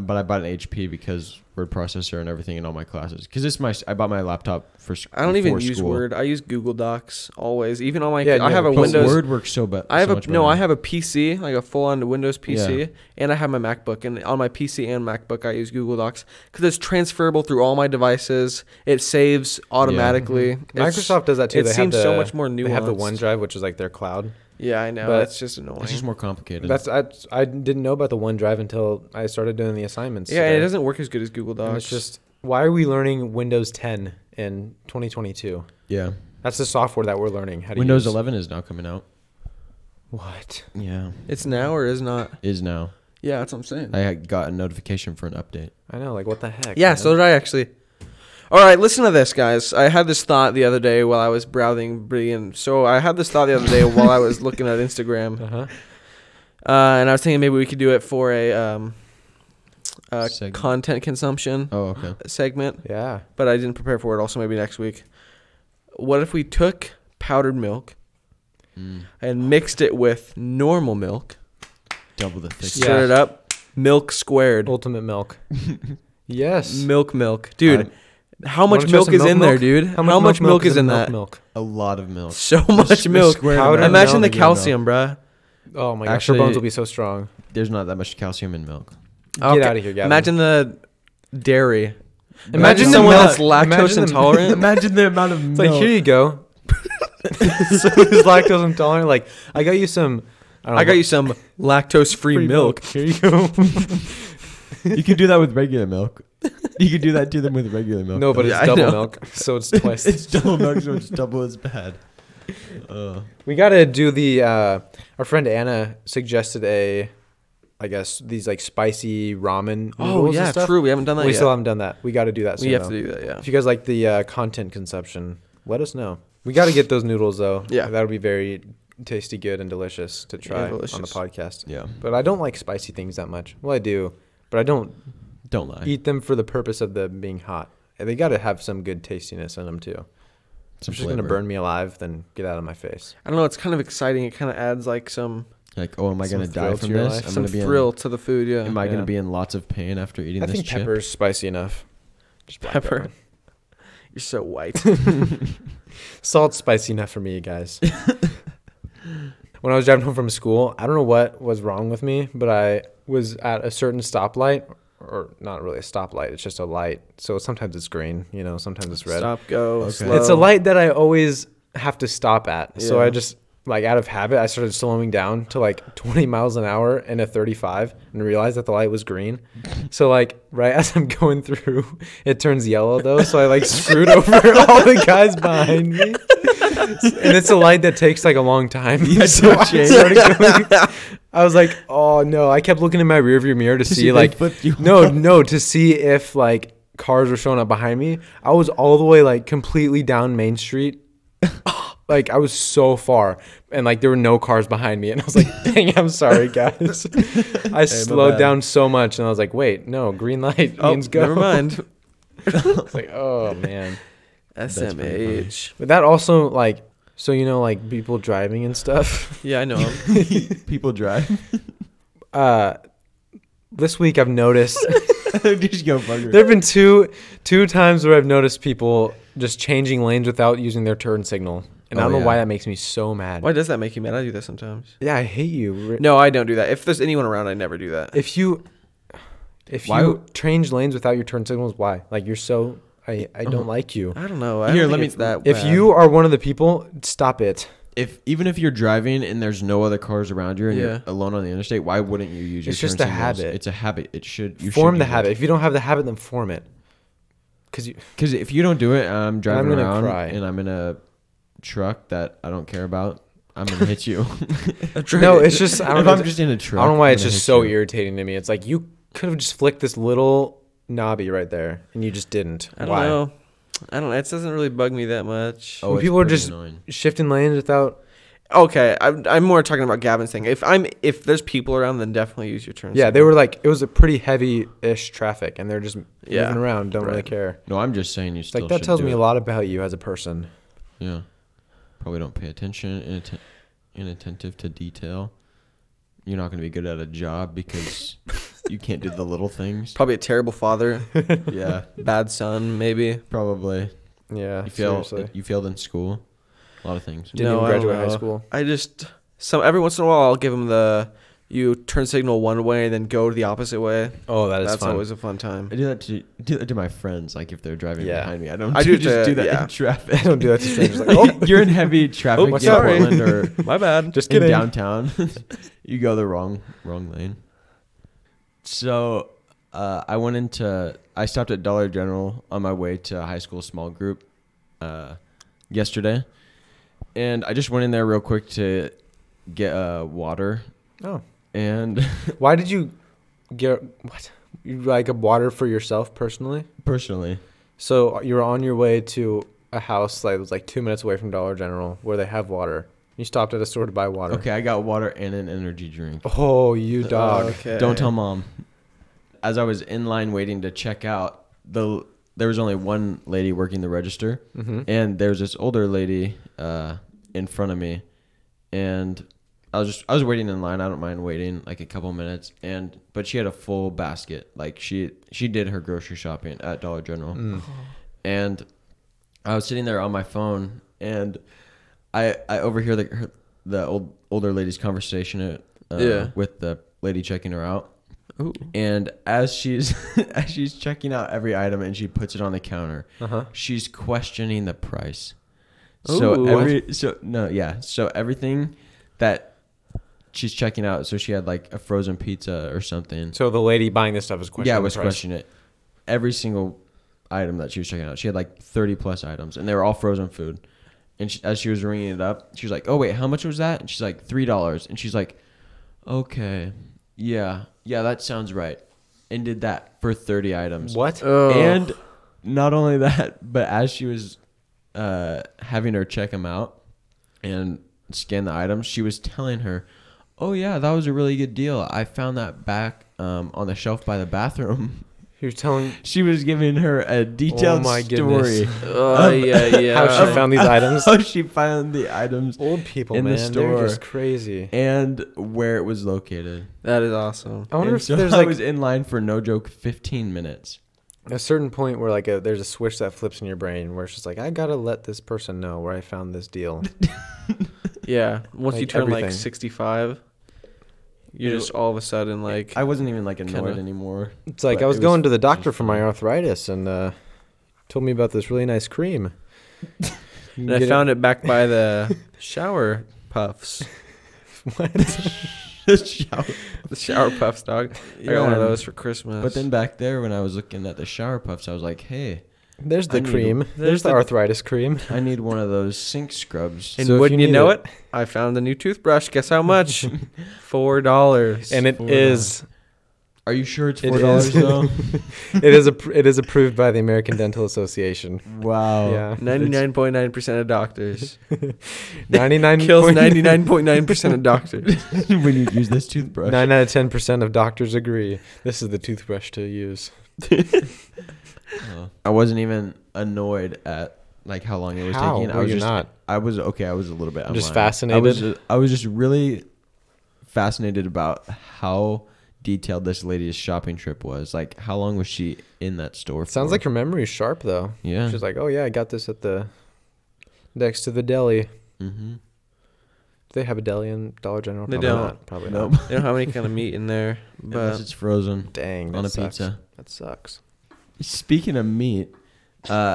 Speaker 2: but I bought an HP because word processor and everything in all my classes. Because it's my I bought my laptop for. sc-
Speaker 1: I don't even
Speaker 2: for
Speaker 1: use
Speaker 2: school.
Speaker 1: Word. I use Google Docs always. Even on my
Speaker 3: Yeah,
Speaker 1: I
Speaker 3: yeah,
Speaker 1: have a
Speaker 2: But
Speaker 1: Windows.
Speaker 2: Word works so, but
Speaker 1: I have
Speaker 2: so
Speaker 1: a
Speaker 2: much
Speaker 1: no.
Speaker 2: better.
Speaker 1: I have a PC, like a full-on Windows PC,
Speaker 2: Yeah.
Speaker 1: and I have my MacBook. And on my PC and MacBook, I use Google Docs because it's transferable through all my devices. It saves automatically.
Speaker 2: Mm-hmm.
Speaker 1: It's-
Speaker 3: Microsoft does that too.
Speaker 1: It
Speaker 3: they
Speaker 1: seems
Speaker 3: have the,
Speaker 1: so much more nuanced.
Speaker 3: They have the OneDrive, which is like their cloud.
Speaker 1: Yeah, I know.
Speaker 3: but-
Speaker 1: That's just annoying.
Speaker 2: It's just more complicated.
Speaker 3: That's I, I didn't know about the OneDrive until I started doing the assignments.
Speaker 1: yeah, and
Speaker 3: today.
Speaker 1: it doesn't work as good as Google Docs.
Speaker 3: And it's just why are we learning Windows 10 in 2022?
Speaker 2: yeah.
Speaker 3: That's the software that we're learning how to
Speaker 2: Windows
Speaker 3: use.
Speaker 2: 11 is now coming out.
Speaker 3: What?
Speaker 2: Yeah,
Speaker 1: it's now or is not.
Speaker 2: is now.
Speaker 1: Yeah, that's what I'm saying.
Speaker 2: I had got a notification for an update.
Speaker 3: I know, like what the heck?
Speaker 1: Yeah,
Speaker 3: man?
Speaker 1: so did I actually. All right, listen to this, guys. I had this thought the other day while I was browsing Brian. So I had this thought the other day while I was looking at Instagram, uh,
Speaker 3: Uh-huh.
Speaker 1: and I was thinking maybe we could do it for a um, uh,
Speaker 2: Segment.
Speaker 1: content consumption
Speaker 2: Oh, okay.
Speaker 1: segment,
Speaker 3: Yeah.
Speaker 1: but I didn't prepare for it. Also, maybe next week. What if we took powdered milk
Speaker 2: Mm,
Speaker 1: and mixed it with normal milk,
Speaker 2: double the thickness.
Speaker 1: stirred it up, milk squared,
Speaker 3: Ultimate milk. yes.
Speaker 1: milk milk, dude.
Speaker 2: Alright.
Speaker 1: how much
Speaker 3: Wanna try
Speaker 1: milk
Speaker 3: some
Speaker 1: is
Speaker 3: milk
Speaker 1: in there,
Speaker 3: milk?
Speaker 1: dude? How much, milk, is in
Speaker 3: milk
Speaker 1: that?
Speaker 3: Milk.
Speaker 2: A lot of milk.
Speaker 1: So
Speaker 2: The
Speaker 1: much
Speaker 2: s- the
Speaker 1: milk.
Speaker 2: square
Speaker 3: Powder
Speaker 2: amount.
Speaker 1: Imagine the
Speaker 3: milk again, though.
Speaker 1: calcium, bruh.
Speaker 3: Oh my gosh,
Speaker 2: Actually-
Speaker 3: your bones will be so strong.
Speaker 2: There's not that much calcium in milk.
Speaker 1: Okay.
Speaker 3: Get out of here, Gavin.
Speaker 1: Imagine the dairy. Imagine,
Speaker 3: Imagine the
Speaker 1: someone
Speaker 3: milk.
Speaker 1: that's lactose
Speaker 3: Imagine the-
Speaker 1: intolerant.
Speaker 2: Imagine the amount of
Speaker 3: It's
Speaker 2: milk.
Speaker 3: like here you go. so he's lactose intolerant. Like I got you some. I, don't
Speaker 1: I got
Speaker 3: know,
Speaker 1: you some lactose-free milk.
Speaker 3: Here you go.
Speaker 2: you can do that with regular milk. You can do that to them with regular milk.
Speaker 3: no, but it's
Speaker 1: Yeah, I
Speaker 3: double
Speaker 1: know.
Speaker 3: milk, so it's twice.
Speaker 2: it's double milk, so it's double as bad. Uh,
Speaker 3: we gotta do the. Uh, our friend Anna suggested a, I guess these like spicy ramen.
Speaker 1: Oh
Speaker 3: noodles and
Speaker 1: yeah,
Speaker 3: stuff.
Speaker 1: true. We haven't done that
Speaker 3: We
Speaker 1: yet.
Speaker 3: still haven't done that. We got to do that. Soon,
Speaker 1: we have
Speaker 3: though.
Speaker 1: to do that. Yeah.
Speaker 3: If you guys like the uh, content consumption, let us know. We got to get those noodles though.
Speaker 1: Yeah.
Speaker 3: that would be very tasty, good, and delicious to try on the
Speaker 1: delicious.
Speaker 3: podcast.
Speaker 2: yeah.
Speaker 3: But I don't like spicy things that much. Well, I do, but I don't
Speaker 2: Don't lie.
Speaker 3: eat them for the purpose of them being hot. And They got to have some good tastiness in them too. If
Speaker 2: Some
Speaker 3: it's just gonna
Speaker 2: flavor.
Speaker 3: burn me alive, then get out of my face.
Speaker 1: I don't know. It's kind of exciting. It kind of adds like some
Speaker 2: Like, oh, am I
Speaker 3: Some
Speaker 2: gonna die
Speaker 3: thrill to
Speaker 2: from
Speaker 3: your
Speaker 2: this?
Speaker 3: life.
Speaker 2: I'm
Speaker 1: some
Speaker 2: gonna be in-
Speaker 1: thrill to the food. Yeah.
Speaker 2: am I
Speaker 3: Yeah.
Speaker 2: gonna be in lots of pain after eating
Speaker 3: I
Speaker 2: this
Speaker 3: think
Speaker 2: chip?
Speaker 3: pepper is spicy enough. Just black
Speaker 1: Pepper. You're so white.
Speaker 3: Salt's spicy enough for me, guys. when I was driving home from school, I don't know what was wrong with me, but I was at a certain stoplight, or not really a stoplight, it's just a light. So sometimes it's green, you know, sometimes it's red.
Speaker 1: Stop. Go.
Speaker 2: Okay.
Speaker 1: Slow.
Speaker 3: It's a light that I always have to stop at. So
Speaker 1: Yeah.
Speaker 3: I just, like, out of habit, I started slowing down to like 20 miles an hour and a 35 and realized that the light was green. So, like, right as I'm going through, it turns yellow though. So I like screwed over all the guys behind me. And it's a light that takes like a long time. So I, started going- I was like, oh no. I kept looking in my rearview mirror to,
Speaker 2: To
Speaker 3: see,
Speaker 2: see if they
Speaker 3: like,
Speaker 2: flipped you
Speaker 3: no, no, to see if like cars were showing up behind me. I was all the way like completely down Main Street. like I was so far, and like there were no cars behind me, and I was like, "Dang, I'm sorry, guys." I slowed
Speaker 2: bad.
Speaker 3: down so much, and I was like, "Wait, no, green light
Speaker 1: Oh,
Speaker 3: means go."
Speaker 1: never mind.
Speaker 3: It's like, oh man.
Speaker 2: pretty funny.
Speaker 1: SMH.
Speaker 3: But that also like, so you know, like people driving and stuff.
Speaker 1: Yeah, I know. him.
Speaker 2: People drive.
Speaker 3: Uh, this week I've noticed
Speaker 2: just go bugger.
Speaker 3: There have been two two times where I've noticed people just changing lanes without using their turn signal, and I
Speaker 2: Oh,
Speaker 3: don't know
Speaker 2: yeah.
Speaker 3: why that makes me so mad.
Speaker 1: Why does that make you mad? I do that sometimes.
Speaker 3: Yeah, I hate you. No,
Speaker 1: No, I don't do that. If there's anyone around, I never do that.
Speaker 3: if you if
Speaker 2: Why
Speaker 3: you
Speaker 2: w-
Speaker 3: change lanes without your turn signals, why? Like you're so
Speaker 2: Uh-huh.
Speaker 3: I I don't like you.
Speaker 1: I don't know. I
Speaker 2: Here,
Speaker 1: don't
Speaker 2: let
Speaker 1: think
Speaker 2: me-
Speaker 1: it's that
Speaker 3: If
Speaker 1: bad.
Speaker 3: you are one of the people, stop it.
Speaker 2: if even if you're driving and there's no other cars around you and
Speaker 1: Yeah.
Speaker 2: you're alone on the interstate, why wouldn't you use your
Speaker 3: It's just
Speaker 2: turn
Speaker 3: a
Speaker 2: signals?
Speaker 3: habit.
Speaker 2: It's a habit. It should you
Speaker 3: form the habit. If you don't have the habit, then form it. Cause you,
Speaker 2: Because if you don't do it, I'm driving
Speaker 3: gonna
Speaker 2: around
Speaker 3: cry.
Speaker 2: and I'm in a truck that I don't care about. I'm gonna hit you.
Speaker 3: no, it's just I don't
Speaker 2: if
Speaker 3: know.
Speaker 2: I'm just in a
Speaker 3: I
Speaker 2: truck,
Speaker 3: don't know why
Speaker 2: I'm
Speaker 3: it's
Speaker 2: gonna
Speaker 3: just
Speaker 2: hit
Speaker 3: so
Speaker 2: you.
Speaker 3: irritating to me. It's like you could have just flicked this little knobby right there, and you just didn't.
Speaker 1: I don't
Speaker 3: why?
Speaker 1: know. I don't know. It doesn't really bug me that much.
Speaker 2: Oh,
Speaker 3: When
Speaker 2: it's
Speaker 3: people are
Speaker 2: pretty
Speaker 3: just
Speaker 2: annoying.
Speaker 3: shifting lanes without.
Speaker 1: Okay, I'm, I'm more talking about Gavin's thing. If I'm if there's people around, then definitely use your turn.
Speaker 3: Yeah, they
Speaker 1: signal.
Speaker 3: were like it was a pretty heavy-ish traffic, and they're just
Speaker 1: Yeah,
Speaker 3: moving around, don't really
Speaker 1: right.
Speaker 3: care.
Speaker 2: No, I'm just saying you
Speaker 3: It's
Speaker 2: still.
Speaker 3: like that
Speaker 2: should
Speaker 3: tells
Speaker 2: do
Speaker 3: me
Speaker 2: it.
Speaker 3: a lot about you as a person.
Speaker 2: Yeah, probably don't pay attention. Inatten- inattentive to detail. You're not gonna be good at a job because you can't do the little things.
Speaker 1: probably a terrible father,
Speaker 2: yeah,
Speaker 1: bad son, maybe.
Speaker 2: probably.
Speaker 3: Yeah,
Speaker 2: You failed.
Speaker 3: seriously.
Speaker 2: You failed in school. A lot of things.
Speaker 3: Didn't
Speaker 1: No,
Speaker 3: even
Speaker 1: I don't
Speaker 3: graduate high
Speaker 1: know.
Speaker 3: school.
Speaker 1: I just some every once in a while I'll give him the you turn signal one way and then go the opposite way.
Speaker 3: Oh, that is
Speaker 1: That's
Speaker 3: fun.
Speaker 1: always a fun time.
Speaker 2: I do that to do that to my friends, like if they're driving
Speaker 3: Yeah.
Speaker 2: behind me. I don't
Speaker 1: I do it
Speaker 2: just
Speaker 1: to-
Speaker 2: do that
Speaker 1: yeah.
Speaker 2: in traffic.
Speaker 3: I don't do that to strangers. Like, oh,
Speaker 2: You're in heavy traffic in
Speaker 1: sorry.
Speaker 2: Portland or
Speaker 1: My bad.
Speaker 3: just
Speaker 2: in
Speaker 3: kidding.
Speaker 2: downtown. you go the wrong wrong lane. So uh, I went into I stopped at Dollar General on my way to a high school small group uh, yesterday, and I just went in there real quick to get uh, water
Speaker 3: Oh,
Speaker 2: and
Speaker 3: why did you get what? You like a water for yourself personally?
Speaker 2: personally
Speaker 3: So you were on your way to a house that was like two minutes away from Dollar General where they have water. You stopped at a store to buy water.
Speaker 2: okay Uh, I got water and an energy drink.
Speaker 3: Oh, you dog.
Speaker 1: Okay.
Speaker 2: Don't tell mom. As I was in line waiting to check out, the there was only one lady working the register,
Speaker 3: Mm-hmm.
Speaker 2: and there was this older lady uh, in front of me, and I was just I was waiting in line. I don't mind waiting like a couple minutes, and but she had a full basket. Like she she did her grocery shopping at Dollar General,
Speaker 3: Mm.
Speaker 2: and I was sitting there on my phone, and I I overhear the her, the old older lady's conversation uh,
Speaker 1: Yeah.
Speaker 2: with the lady checking her out.
Speaker 1: Ooh.
Speaker 2: And as she's as she's checking out every item and she puts it on the counter,
Speaker 1: Uh-huh.
Speaker 2: she's questioning the price.
Speaker 1: Ooh.
Speaker 2: So every so no yeah so everything that she's checking out. So she had like a frozen pizza or something.
Speaker 3: So the lady buying this stuff is questioning.
Speaker 2: yeah, I
Speaker 3: the
Speaker 2: was
Speaker 3: price.
Speaker 2: questioning it. Every single item that she was checking out, she had like thirty plus items, and they were all frozen food. And she, as she was ringing it up, she was like, "Oh wait, how much was that?" And she's like, 3 dollars." And she's like, "Okay, yeah, yeah, that sounds right." And did that for thirty items.
Speaker 3: What?
Speaker 1: Ugh.
Speaker 2: And not only that, but as she was uh, having her check them out and scan the items, she was telling her, "Oh yeah, that was a really good deal. I found that back um, on the shelf by the bathroom."
Speaker 3: You're telling oh
Speaker 2: She was giving her a detailed
Speaker 3: my goodness.
Speaker 2: story
Speaker 1: Oh yeah, yeah.
Speaker 3: Um, how she found these items?
Speaker 2: how she found the items
Speaker 3: Old people,
Speaker 2: in
Speaker 3: man.
Speaker 2: the
Speaker 3: They're
Speaker 2: store.
Speaker 3: just crazy.
Speaker 2: and where it was located.
Speaker 1: that is awesome.
Speaker 3: I wonder
Speaker 2: And
Speaker 3: if
Speaker 2: so
Speaker 3: there's
Speaker 2: I
Speaker 3: like
Speaker 2: was in line for no joke 15 minutes.
Speaker 3: a certain point where like a, there's a switch that flips in your brain where it's just like I gotta let this person know where I found this deal.
Speaker 1: Yeah. Once you
Speaker 3: Like,
Speaker 1: turn like
Speaker 3: everything.
Speaker 1: 65, you're
Speaker 2: Ew.
Speaker 1: just all of a sudden like
Speaker 2: I wasn't even like annoyed
Speaker 1: Kinda.
Speaker 2: anymore.
Speaker 3: It's like
Speaker 2: But
Speaker 3: I was,
Speaker 2: it was
Speaker 3: going to the doctor for my arthritis and uh, told me about this really nice cream. You can
Speaker 1: and I
Speaker 3: get
Speaker 1: found it back by the shower puffs. The shower puffs, dog. I got one of
Speaker 2: Yeah.
Speaker 1: those for Christmas.
Speaker 2: But then back there, when I was looking at the shower puffs, I was like, "Hey,
Speaker 3: There's the
Speaker 2: I need-
Speaker 3: cream. There's,
Speaker 1: there's
Speaker 3: the,
Speaker 1: the-
Speaker 3: arthritis cream.
Speaker 2: I need one of those sink scrubs."
Speaker 1: and
Speaker 3: so if
Speaker 1: wouldn't
Speaker 3: you
Speaker 1: you,
Speaker 3: need
Speaker 1: know
Speaker 3: it-
Speaker 1: it, I found the new toothbrush. Guess how much? Four dollars.
Speaker 3: And it
Speaker 2: for
Speaker 3: is
Speaker 2: Are you sure it's
Speaker 3: It
Speaker 2: four dollars
Speaker 3: is.
Speaker 2: though?
Speaker 3: it is appro- it is approved by the American Dental Association.
Speaker 2: wow.
Speaker 3: Yeah.
Speaker 1: ninety-nine point nine percent of doctors
Speaker 3: 99
Speaker 1: kills ninety-nine point nine percent of doctors.
Speaker 2: when you use this toothbrush.
Speaker 3: 9 out of 10% of doctors agree. This is the toothbrush to use.
Speaker 2: Oh. I wasn't even annoyed at like how long it was
Speaker 3: How
Speaker 2: taking. I
Speaker 3: were
Speaker 2: was
Speaker 3: you
Speaker 2: just,
Speaker 3: not?
Speaker 2: I was okay. I was a little bit. I'm
Speaker 3: Just
Speaker 2: lying. I was.
Speaker 3: fascinated?
Speaker 2: I was just really fascinated about how detailed this lady's shopping trip was. Like, how long was she in that store?
Speaker 3: It sounds
Speaker 2: for?
Speaker 3: like her memory is sharp though.
Speaker 2: yeah.
Speaker 3: She's like, "Oh yeah, I got this at the next to the deli." Do
Speaker 2: mm-hmm.
Speaker 3: they have a deli in Dollar General?
Speaker 1: They
Speaker 3: Probably
Speaker 1: don't.
Speaker 3: Not. Probably
Speaker 2: Nope.
Speaker 3: not.
Speaker 1: They don't have any kind of meat in there,
Speaker 2: Unless
Speaker 1: but
Speaker 2: it's frozen
Speaker 3: Dang, that
Speaker 2: on a
Speaker 3: sucks.
Speaker 2: pizza.
Speaker 3: That sucks.
Speaker 2: Speaking of meat, uh,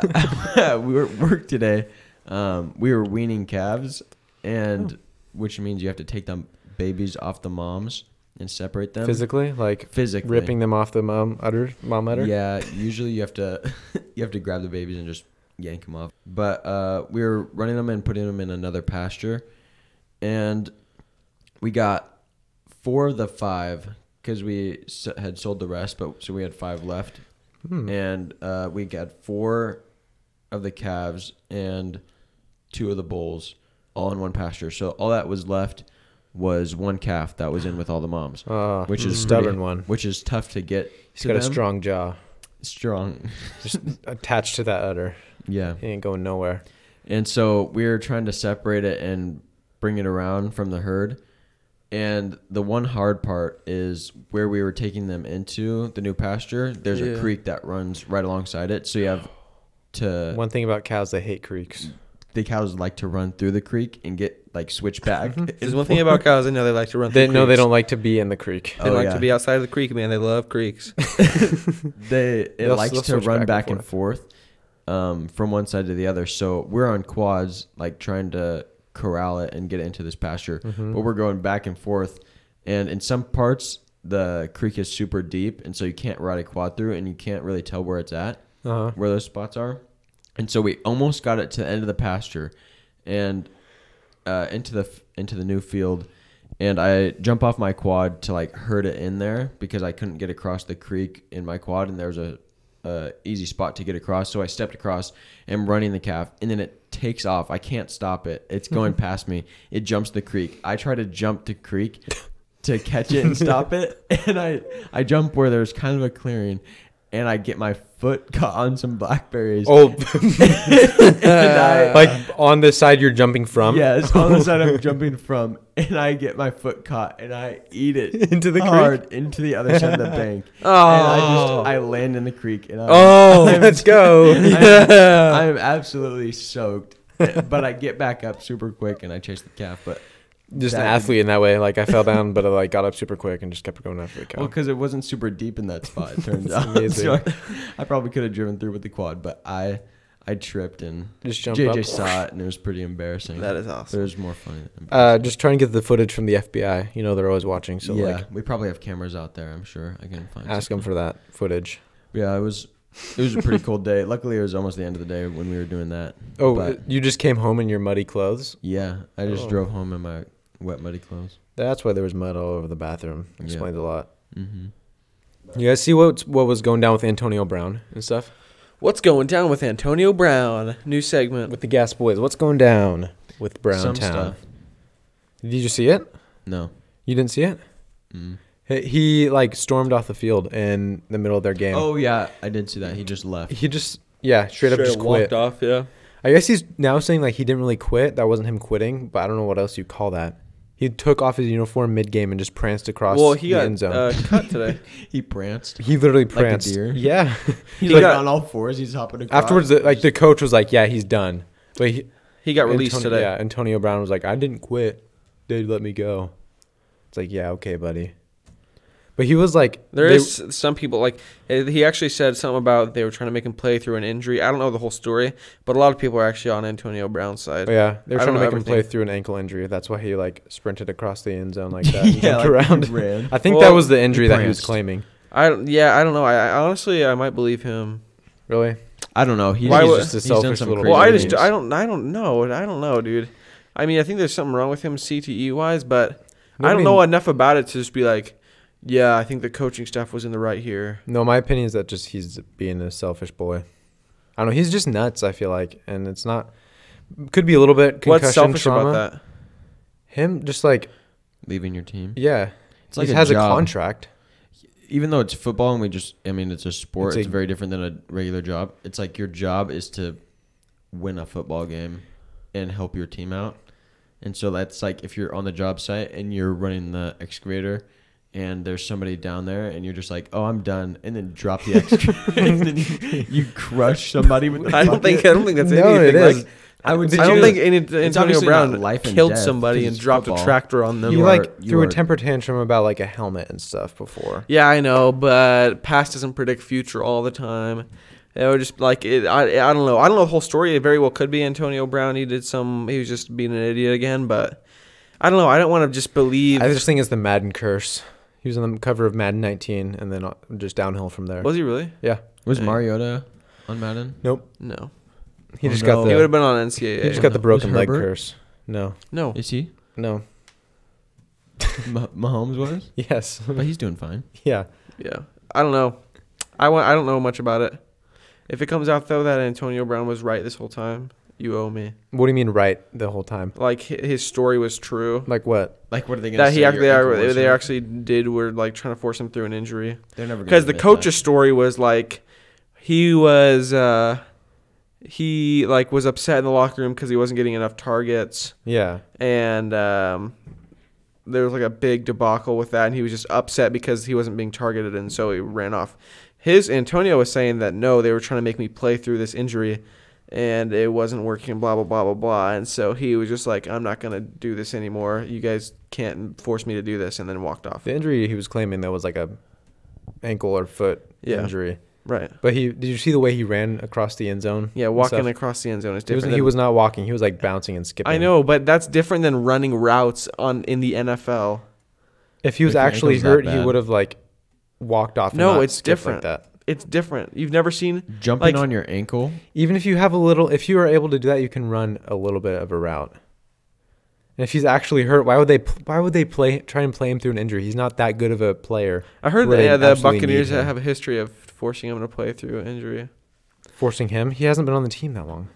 Speaker 2: we were at work today. Um, we were weaning calves, and
Speaker 3: Oh.
Speaker 2: which means you have to take the babies off the moms and separate them
Speaker 3: physically, like
Speaker 2: physically.
Speaker 3: ripping them off the mom udder, mom udder.
Speaker 2: Yeah, usually you have to you have to grab the babies and just yank them off. But uh, we were running them and putting them in another pasture, and we got four of the five because we s- had sold the rest, but so we had five left,
Speaker 3: Hmm.
Speaker 2: and uh, we got four of the calves and two of the bulls all in one pasture. So all that was left was one calf that was in with all the moms,
Speaker 3: Ah,
Speaker 2: which
Speaker 3: the
Speaker 2: is
Speaker 3: stubborn
Speaker 2: pretty-
Speaker 3: one.
Speaker 2: which is tough to get.
Speaker 3: He's
Speaker 2: to
Speaker 3: got a
Speaker 2: them.
Speaker 3: strong jaw,
Speaker 2: strong.
Speaker 3: just attached to that udder.
Speaker 2: Yeah.
Speaker 3: He ain't going nowhere.
Speaker 2: And so we were trying to separate it and bring it around from the herd. And the one hard part is where we were taking them into the new pasture, there's
Speaker 1: Yeah.
Speaker 2: a creek that runs right alongside it. So you have to
Speaker 3: One thing about cows, they hate creeks.
Speaker 2: the cows like to run through the creek and get like switch back.
Speaker 1: There's one thing about cows I know they like to run.
Speaker 3: They
Speaker 1: through
Speaker 3: no, they
Speaker 1: creeks.
Speaker 3: don't like to be in the creek.
Speaker 1: They
Speaker 2: Oh,
Speaker 1: like
Speaker 2: yeah.
Speaker 1: to be outside of the creek, man. They love creeks.
Speaker 2: they it
Speaker 3: They'll-
Speaker 2: likes
Speaker 3: they'll
Speaker 2: to
Speaker 3: switch
Speaker 2: run back, and forth, um, from one side to the other. So we're on quads, like trying to corral it and get it into this pasture, but we're going back and forth. And in some parts, the creek is super deep, and so you can't ride a quad through, and you can't really tell where it's at,
Speaker 3: Uh-huh.
Speaker 2: where those spots are. And so we almost got it to the end of the pasture, and uh, into the f- into the new field, and I jump off my quad to like herd it in there because I couldn't get across the creek in my quad, and there was a, a easy spot to get across. So I stepped across and running the calf, and then it takes off. I can't stop it. It's going past me. It jumps the creek. I try to jump the creek to catch it and stop it, and I I jump where there's kind of a clearing. And I get my foot caught on some blackberries.
Speaker 3: Oh,
Speaker 2: and I,
Speaker 3: like on the side you're jumping from.
Speaker 2: Yes, on the side I'm jumping from, and I get my foot caught, and I eat it
Speaker 3: Into the creek?
Speaker 2: hard into the other side of the bank. Oh. And I just I land in the creek, and I'm,
Speaker 3: Oh, let's go.
Speaker 2: I'm, I'm absolutely soaked. but I get back up super quick, and I chase the calf. But
Speaker 3: Just an
Speaker 2: That-
Speaker 3: athlete in that way. Like I fell down, but I like got up super quick and just kept going after the cow.
Speaker 2: well, because it wasn't super deep in that spot, it turns
Speaker 3: That's
Speaker 2: out.
Speaker 3: amazing.
Speaker 2: So I, I probably could have driven through with the quad, but I I tripped and
Speaker 3: Just jump
Speaker 2: JJ
Speaker 3: up.
Speaker 2: saw it, and it was pretty embarrassing.
Speaker 1: that is
Speaker 2: But it
Speaker 1: awesome.
Speaker 2: was more funny. Than embarrassing.
Speaker 3: Uh, just trying to get the footage from the FBI. You know they're always watching, so
Speaker 2: yeah,
Speaker 3: like
Speaker 2: we probably have cameras out there. I'm sure I can find.
Speaker 3: ask
Speaker 2: something.
Speaker 3: them for that footage.
Speaker 2: Yeah, it was it was a pretty cold day. Luckily, it was almost the end of the day when we were doing that.
Speaker 3: Oh,
Speaker 2: But-
Speaker 3: you just came home in your muddy clothes.
Speaker 2: Yeah, I just
Speaker 3: Oh.
Speaker 2: drove home in my wet, muddy clothes.
Speaker 3: That's why there was mud all over the bathroom.
Speaker 2: Yeah.
Speaker 3: Explains a lot.
Speaker 2: Mm-hmm.
Speaker 3: You guys see what what was going down with Antonio Brown and stuff
Speaker 1: What's going down with Antonio Brown? New segment.
Speaker 3: with the Gas Boys? What's going down with Brown Town? Did you see it?
Speaker 2: No.
Speaker 3: You didn't see it?
Speaker 2: Mm.
Speaker 3: He, he like stormed off the field in the middle of their game.
Speaker 2: Oh yeah, I did see that. He just left.
Speaker 3: he just yeah, straight up just quit.
Speaker 1: walked off. Yeah.
Speaker 3: I guess he's now saying like he didn't really quit. That wasn't him quitting, but I don't know what else you call that. He took off his uniform mid game and just pranced across
Speaker 1: Well, he
Speaker 3: the
Speaker 1: got
Speaker 3: end zone.
Speaker 1: uh, cut today.
Speaker 2: He pranced.
Speaker 3: he literally pranced.
Speaker 2: deer?
Speaker 3: Yeah. He
Speaker 2: He's like,
Speaker 3: got-
Speaker 2: on all fours. He's hopping across.
Speaker 3: Afterwards, the, like the coach was like, "Yeah, he's done." But he
Speaker 1: He got released
Speaker 3: Antonio-
Speaker 1: today.
Speaker 3: Yeah, Antonio Brown was like, "I didn't quit. They let me go." It's like, yeah, okay, buddy. But he was like,
Speaker 1: There
Speaker 3: they-
Speaker 1: is some people like eh, he actually said something about they were trying to make him play through an injury. I don't know the whole story, but a lot of people are actually on Antonio Brown's side.
Speaker 3: Oh, yeah, they were
Speaker 1: I don't
Speaker 3: trying to
Speaker 1: know
Speaker 3: make him play
Speaker 1: everything.
Speaker 3: through an ankle injury. That's why he like sprinted across the end zone like that. and
Speaker 2: yeah,
Speaker 3: jumped
Speaker 2: like, he
Speaker 3: around.
Speaker 2: ran.
Speaker 3: I think
Speaker 1: Well,
Speaker 3: that was the injury that he was
Speaker 2: pranced.
Speaker 3: claiming.
Speaker 1: I don't- yeah, I don't know. I, I honestly I might believe him.
Speaker 3: Really?
Speaker 2: I don't know. He,
Speaker 1: Why
Speaker 2: he's
Speaker 1: would-
Speaker 2: just a
Speaker 3: He's done
Speaker 2: selfish
Speaker 3: some
Speaker 2: little.
Speaker 3: crazy
Speaker 1: Well, I
Speaker 3: things.
Speaker 1: just I don't I don't know. I don't know, dude. I mean, I think there's something wrong with him CTE wise, but I don't
Speaker 3: Nobody-
Speaker 1: know enough about it to just be like, yeah, I think the coaching staff was in the right here.
Speaker 3: No, my opinion is that just he's being a selfish boy. I don't know. He's just nuts. I feel like, and it's not. Could be a little bit concussion
Speaker 1: What's selfish
Speaker 3: trauma.
Speaker 1: about that?
Speaker 3: Him just like
Speaker 2: leaving your team.
Speaker 3: yeah,
Speaker 2: It's like
Speaker 3: he
Speaker 2: a
Speaker 3: has a
Speaker 2: job.
Speaker 3: contract.
Speaker 2: even though it's football and we just I mean it's a sport,
Speaker 3: It's
Speaker 2: it's,
Speaker 3: a-
Speaker 2: very different than a regular job. It's like your job is to win a football game and help your team out. And so that's like if you're on the job site and you're running the excavator and there's somebody down there and you're just like, "Oh, I'm done." And then drop the excavator and then you, you crush somebody with the
Speaker 1: I don't think I don't think that's
Speaker 3: No,
Speaker 1: anything.
Speaker 3: it is.
Speaker 1: Like,
Speaker 2: I would
Speaker 1: I don't
Speaker 2: do-
Speaker 1: think any, Antonio
Speaker 2: obviously
Speaker 1: Brown
Speaker 2: not life and
Speaker 1: killed
Speaker 2: death,
Speaker 1: somebody
Speaker 2: 'cause
Speaker 1: and
Speaker 2: it's
Speaker 1: dropped a
Speaker 2: football.
Speaker 1: tractor on them.
Speaker 3: He
Speaker 2: You
Speaker 3: like
Speaker 2: are- you
Speaker 3: threw a
Speaker 2: are-
Speaker 3: temper tantrum about like a helmet and stuff before.
Speaker 1: Yeah, I know, but past doesn't predict future all the time. It would just like it, I I don't know. I don't know the whole story. It very well could be Antonio Brown. He did some. He was just being an idiot again. But I don't know. I don't want to just believe.
Speaker 3: I just think it's the Madden curse. He was on the cover of Madden 19, and then uh, just downhill from there.
Speaker 1: was he really?
Speaker 3: yeah.
Speaker 2: Was
Speaker 1: Hey.
Speaker 2: Mariota on Madden?
Speaker 3: Nope.
Speaker 1: No.
Speaker 3: He
Speaker 2: Oh,
Speaker 3: just
Speaker 2: no.
Speaker 3: got
Speaker 1: He would
Speaker 3: the
Speaker 1: have been on NCAA.
Speaker 3: he just got the
Speaker 2: Was
Speaker 3: broken leg
Speaker 2: Herbert?
Speaker 3: curse. No.
Speaker 1: no.
Speaker 2: Is he?
Speaker 3: No.
Speaker 2: Mah- Mahomes was,
Speaker 3: Yes.
Speaker 2: but he's doing fine.
Speaker 3: yeah.
Speaker 1: Yeah. I don't know. I want. I don't know much about it. If it comes out though that Antonio Brown was right this whole time, you owe me.
Speaker 3: What do you mean right the whole time?
Speaker 1: Like hi- his story was true.
Speaker 3: Like what?
Speaker 2: Like, what are they gonna
Speaker 1: That
Speaker 2: say?
Speaker 1: he
Speaker 2: Your
Speaker 1: actually, uh, they,
Speaker 2: ankle
Speaker 1: are,
Speaker 2: wasn't-
Speaker 1: they actually did were like trying to force him through an injury.
Speaker 2: They're never gonna
Speaker 1: because the
Speaker 2: admit
Speaker 1: coach's
Speaker 2: that.
Speaker 1: story was like he was uh he like was upset in the locker room because he wasn't getting enough targets
Speaker 3: Yeah.
Speaker 1: and um there was like a big debacle with that and he was just upset because he wasn't being targeted and so he ran off his antonio was saying that no they were trying to make me play through this injury and it wasn't working blah blah blah blah blah and so he was just like i'm not going to do this anymore you guys can't force me to do this and then walked off
Speaker 3: The injury he was claiming that was like a ankle or foot
Speaker 1: Yeah.
Speaker 3: injury.
Speaker 1: right
Speaker 3: But he did you see the way he ran across the end zone?
Speaker 1: yeah
Speaker 3: and
Speaker 1: walking
Speaker 3: stuff?
Speaker 1: across the end zone is
Speaker 3: He was,
Speaker 1: different
Speaker 3: he
Speaker 1: than-
Speaker 3: was not walking. He was like bouncing and skipping.
Speaker 1: I know, but that's different than running routes on in the NFL.
Speaker 3: If he was
Speaker 2: If your
Speaker 3: actually
Speaker 2: ankle's that
Speaker 3: hurt, he
Speaker 2: bad.
Speaker 3: would have like walked off. and
Speaker 1: No,
Speaker 3: not
Speaker 1: it's
Speaker 3: skipped
Speaker 1: different.
Speaker 3: Like that.
Speaker 1: It's different. You've never seen like-
Speaker 2: jumping on your ankle.
Speaker 3: Even if you have a little, if you are able to do that, you can run a little bit of a route. And if he's actually hurt, why would they? pl- Why would they play? Try and play him through an injury. He's not that good of a player.
Speaker 1: I heard
Speaker 3: where
Speaker 1: that
Speaker 3: they
Speaker 1: yeah, the
Speaker 3: absolutely need
Speaker 1: Buccaneers
Speaker 3: him.
Speaker 1: have a history of forcing him to play through injury.
Speaker 3: forcing him. He hasn't been on the team that long.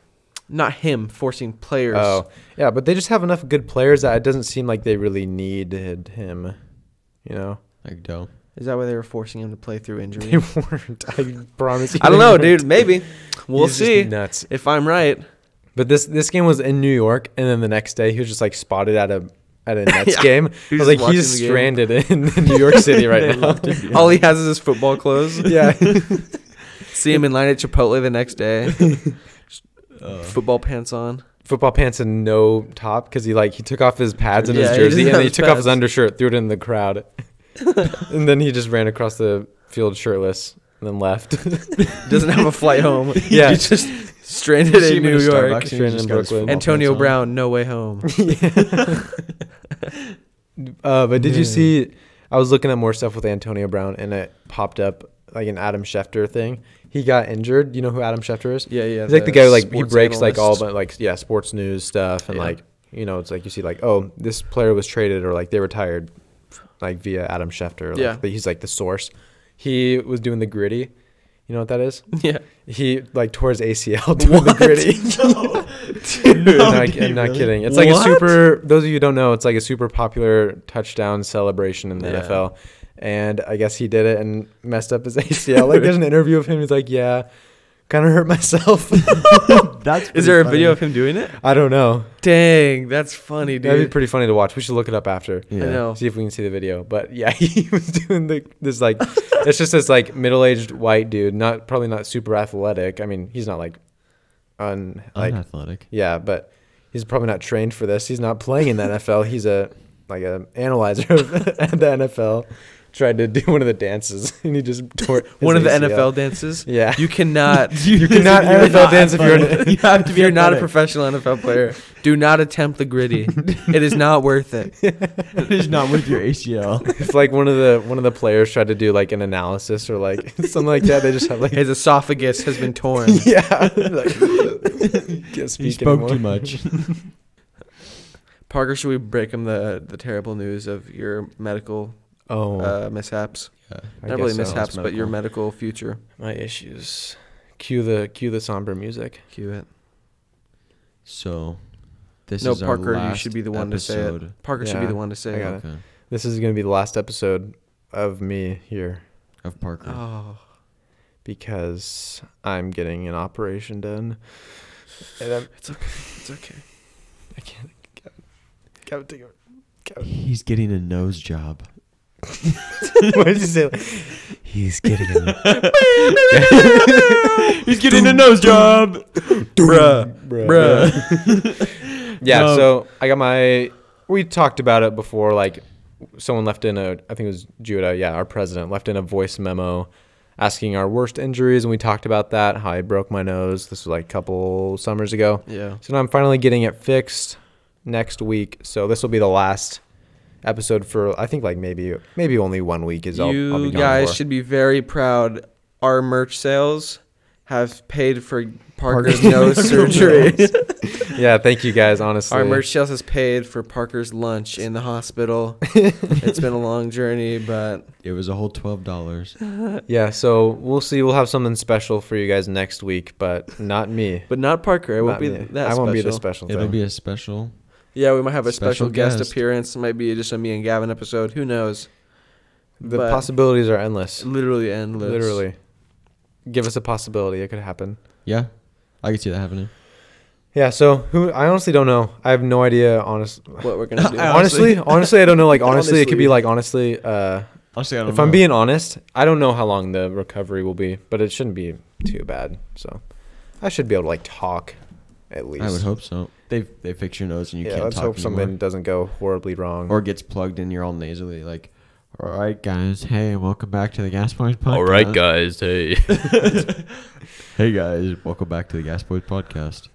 Speaker 1: Not him forcing players.
Speaker 3: Oh, yeah, but they just have enough good players that it doesn't seem like they really needed him. You know,
Speaker 2: Like, dope.
Speaker 1: Is that why they were forcing him to play through
Speaker 3: they
Speaker 1: injury?
Speaker 3: weren't. I promise. you
Speaker 1: I don't know,
Speaker 3: they weren't.
Speaker 1: dude. Maybe. We'll
Speaker 3: He's just
Speaker 1: see.
Speaker 3: nuts.
Speaker 1: If I'm right.
Speaker 3: But this this game was in New York, and then the next day he was just like spotted at a at a Nets
Speaker 1: Yeah.
Speaker 3: game.
Speaker 1: He was
Speaker 3: I was like,
Speaker 1: watching
Speaker 3: he's
Speaker 1: the game.
Speaker 3: stranded in New York City right now.
Speaker 1: All he has is his football clothes.
Speaker 3: yeah,
Speaker 1: see him in line at Chipotle the next day.
Speaker 2: Uh,
Speaker 1: football pants on.
Speaker 3: football pants and no top because he like he took off his pads and
Speaker 1: Yeah,
Speaker 3: his
Speaker 1: he doesn't
Speaker 3: jersey, and
Speaker 1: have
Speaker 3: then he
Speaker 1: his
Speaker 3: took off his
Speaker 1: pads.
Speaker 3: undershirt, threw it in the crowd, and then he just ran across the field shirtless and then left.
Speaker 1: Doesn't have a flight home.
Speaker 3: Yeah.
Speaker 1: He's just stranded
Speaker 2: See
Speaker 1: in
Speaker 2: him in
Speaker 1: New
Speaker 2: a Starbucks
Speaker 1: York.
Speaker 2: and he's
Speaker 3: Stranded
Speaker 2: just
Speaker 3: in
Speaker 2: got his
Speaker 3: Brooklyn.
Speaker 2: football
Speaker 1: Antonio
Speaker 2: pants on.
Speaker 1: Brown, no way home.
Speaker 3: Uh, but did
Speaker 2: Man.
Speaker 3: you see? I was looking at more stuff with Antonio Brown, and it popped up like an Adam Schefter thing. He got injured. You know who Adam Schefter is?
Speaker 1: Yeah, yeah.
Speaker 3: He's like the guy who like he
Speaker 1: sports
Speaker 3: breaks like all
Speaker 1: analyst.
Speaker 3: but like yeah sports news stuff and
Speaker 1: Yeah.
Speaker 3: like you know it's like you see like oh this player was traded or like they retired like via Adam Schefter. Like,
Speaker 1: Yeah.
Speaker 3: but he's like the source. He was doing the gritty. You know what that is?
Speaker 1: Yeah.
Speaker 3: He like tore his ACL doing the gritty.
Speaker 2: No,
Speaker 3: I'm, not,
Speaker 2: did he
Speaker 3: I'm not
Speaker 2: really?
Speaker 3: kidding. It's like
Speaker 1: What?
Speaker 3: a super. Those of you who don't know, it's like a super popular touchdown celebration in the
Speaker 1: Yeah.
Speaker 3: NFL. And I guess he did it and messed up his ACL. like there's an interview of him. He's like, yeah, kind of hurt myself.
Speaker 2: That's
Speaker 1: Is there a video of him doing it?
Speaker 3: I don't know.
Speaker 1: Dang, that's funny,
Speaker 3: That'd be
Speaker 1: dude. Oh.
Speaker 3: pretty funny to watch. We should look it up after.
Speaker 2: Yeah.
Speaker 1: I know.
Speaker 3: See if we can see the video. But yeah, he was doing the this like it's just this like middle aged white dude, not probably not super athletic. I mean, he's not like un like
Speaker 1: uh.
Speaker 2: Unathletic.
Speaker 3: yeah, but he's probably not trained for this. He's not playing in the NFL. He's a like a analyzer of the NFL. Tried to do one of the dances and he just tore his
Speaker 1: One of the
Speaker 3: ACL.
Speaker 1: NFL dances.
Speaker 3: Yeah.
Speaker 1: You cannot.
Speaker 3: You cannot
Speaker 2: You're
Speaker 3: NFL
Speaker 2: not
Speaker 3: dance if you're
Speaker 2: athletic.
Speaker 3: an,
Speaker 2: You have to
Speaker 1: If
Speaker 2: be.
Speaker 1: you're not a
Speaker 2: athletic.
Speaker 1: professional NFL player, do not attempt the gritty. it is not worth it.
Speaker 2: It is not with your ACL.
Speaker 3: if like one of the one of the players tried to do like an analysis or like something like that, they just have like
Speaker 1: His esophagus has been torn.
Speaker 3: yeah. like, can't speak
Speaker 2: He spoke
Speaker 3: anymore.
Speaker 2: too much.
Speaker 1: Parker, should we break him the the terrible news of your medical
Speaker 3: Oh,
Speaker 1: uh, mishaps?
Speaker 3: I
Speaker 1: not really
Speaker 3: guess so.
Speaker 1: mishaps, but
Speaker 2: medical.
Speaker 1: your medical future.
Speaker 3: my issues. Cue the cue the somber music.
Speaker 1: Cue it.
Speaker 2: So, this
Speaker 1: No,
Speaker 2: is our
Speaker 1: Parker, you
Speaker 2: last
Speaker 1: should be the one to say it.
Speaker 2: episode.
Speaker 1: Parker should be
Speaker 3: Yeah,
Speaker 1: the one to say.
Speaker 3: I
Speaker 1: it.
Speaker 3: got it.
Speaker 2: Okay.
Speaker 3: This is gonna be the last episode of me here
Speaker 2: Of Parker.
Speaker 1: Oh,
Speaker 3: because I'm getting an operation done, and I'm,
Speaker 1: it's okay.
Speaker 3: I can't. Gotta take it.
Speaker 2: He's getting a nose job.
Speaker 3: What did you say? He's getting a
Speaker 2: He's getting a nose job. Bruh.
Speaker 1: Bruh.
Speaker 3: Yeah,
Speaker 2: No.
Speaker 3: so I got my. We talked about it before. Like, someone left in a. I think it was Judah. Yeah, our president left in a voice memo asking our worst injuries, and we talked about that. How I broke my nose. This was like a couple summers ago.
Speaker 1: Yeah.
Speaker 3: So now I'm finally getting it fixed next week. So this will be the last episode for I think like maybe maybe only one week is all.
Speaker 1: you
Speaker 3: I'll be gone
Speaker 1: guys
Speaker 3: for.
Speaker 1: should be very proud. Our merch sales have paid for Parker's
Speaker 2: Parker's
Speaker 1: nose surgery.
Speaker 3: Yeah, thank you guys. Honestly,
Speaker 1: Our merch sales has paid for Parker's lunch in the hospital. it's been a long journey, but
Speaker 2: It was a whole twelve dollars.
Speaker 3: Yeah, so we'll see. We'll have something special for you guys next week, but not me.
Speaker 1: but not Parker. It won't
Speaker 3: Not
Speaker 1: be
Speaker 3: me.
Speaker 1: that.
Speaker 3: I won't be the
Speaker 1: special.
Speaker 3: special
Speaker 2: It'll
Speaker 3: thing.
Speaker 2: be a special.
Speaker 1: Yeah, we might have a special,
Speaker 2: Special
Speaker 1: guest,
Speaker 2: guest.
Speaker 1: appearance. It might be just a me and Gavin episode. Who knows?
Speaker 3: the
Speaker 1: but-
Speaker 3: possibilities are endless.
Speaker 1: It's literally endless.
Speaker 3: Literally, give us a possibility. It could happen.
Speaker 2: Yeah, I could see that happening.
Speaker 3: Yeah. So who? I honestly don't know. I have no idea. Honest.
Speaker 1: What we're gonna do.
Speaker 2: I
Speaker 3: Honestly, honestly, I don't know. Like honestly, it could
Speaker 1: Honestly.
Speaker 3: be like honestly. Uh,
Speaker 2: Honestly, I don't
Speaker 3: if
Speaker 2: know.
Speaker 3: I'm being honest, I don't know how long the recovery will be, but it shouldn't be too bad. So I should be able to like talk at least.
Speaker 2: I would hope so. They they fix your nose and you
Speaker 3: yeah.
Speaker 2: can't
Speaker 3: let's
Speaker 2: talk
Speaker 3: hope
Speaker 2: anymore.
Speaker 3: something doesn't go horribly wrong.
Speaker 2: or gets plugged in. You're all nasally. Like, all right, guys. Hey, welcome back to the Gas Boys podcast.
Speaker 4: guys. Hey.
Speaker 2: Hey, guys. Welcome back to the Gas Boys podcast.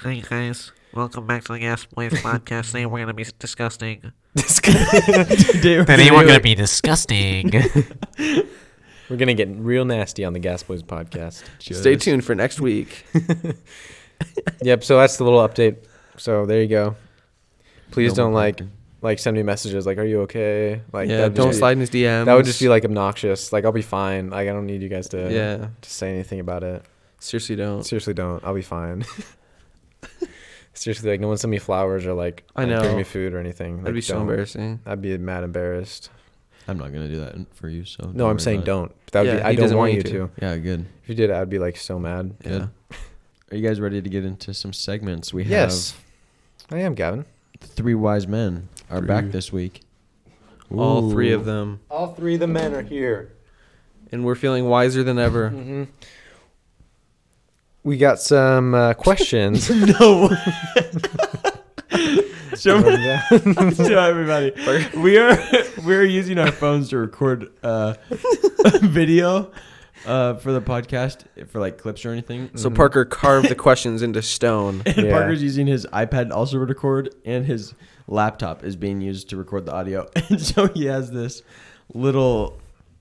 Speaker 5: Hi guys, welcome back to the Gas Boys podcast. Today we're gonna be disgusting. Today we're gonna be disgusting.
Speaker 3: We're gonna get real nasty on the Gas Boys podcast.
Speaker 1: Stay tuned for next week.
Speaker 3: yep. So that's the little update. So there you go. Please
Speaker 2: No
Speaker 3: don't
Speaker 2: more
Speaker 3: like
Speaker 2: pumpkin.
Speaker 3: like send me messages like, "Are you okay?" Like
Speaker 1: yeah,
Speaker 3: that'd
Speaker 1: don't
Speaker 3: just be-
Speaker 1: slide in his DMs.
Speaker 3: That would just be like obnoxious. Like I'll be fine. Like I don't need you guys to
Speaker 1: yeah. Oh.
Speaker 3: to say anything about it.
Speaker 1: Seriously, don't.
Speaker 3: Seriously, don't. I'll be fine. Seriously, like no one send me flowers or like
Speaker 1: I
Speaker 3: like,
Speaker 1: know.
Speaker 3: bring me food or anything.
Speaker 1: That'd
Speaker 3: Like,
Speaker 1: be so
Speaker 3: don't.
Speaker 1: embarrassing.
Speaker 3: I'd be mad embarrassed.
Speaker 2: I'm not gonna do that for you. So
Speaker 1: Oh,
Speaker 3: No, I'm saying don't. That would
Speaker 1: Yeah,
Speaker 3: be,
Speaker 1: he
Speaker 3: I don't
Speaker 1: doesn't
Speaker 3: want you to.
Speaker 2: Yeah, good.
Speaker 3: If you did, I'd be like so mad.
Speaker 1: Yeah.
Speaker 2: Good. Are you guys ready to get into some segments? We
Speaker 3: Yes, I am, Gavin.
Speaker 2: have three wise men are
Speaker 1: Three.
Speaker 2: back this week.
Speaker 1: All three
Speaker 2: Ooh.
Speaker 1: of them,
Speaker 3: All three of the men are here.
Speaker 1: and we're feeling wiser than ever.
Speaker 3: Mm-hmm. We got some uh, questions.
Speaker 2: no. so,
Speaker 3: yeah,
Speaker 2: so everybody, we are we are using our phones to record uh, video uh, for the podcast for like clips or anything.
Speaker 1: So Parker carved the questions into stone.
Speaker 2: And
Speaker 3: Mm. Yeah.
Speaker 2: Parker's using his iPad to also record, and his laptop is being used to record the audio. And so he has this little,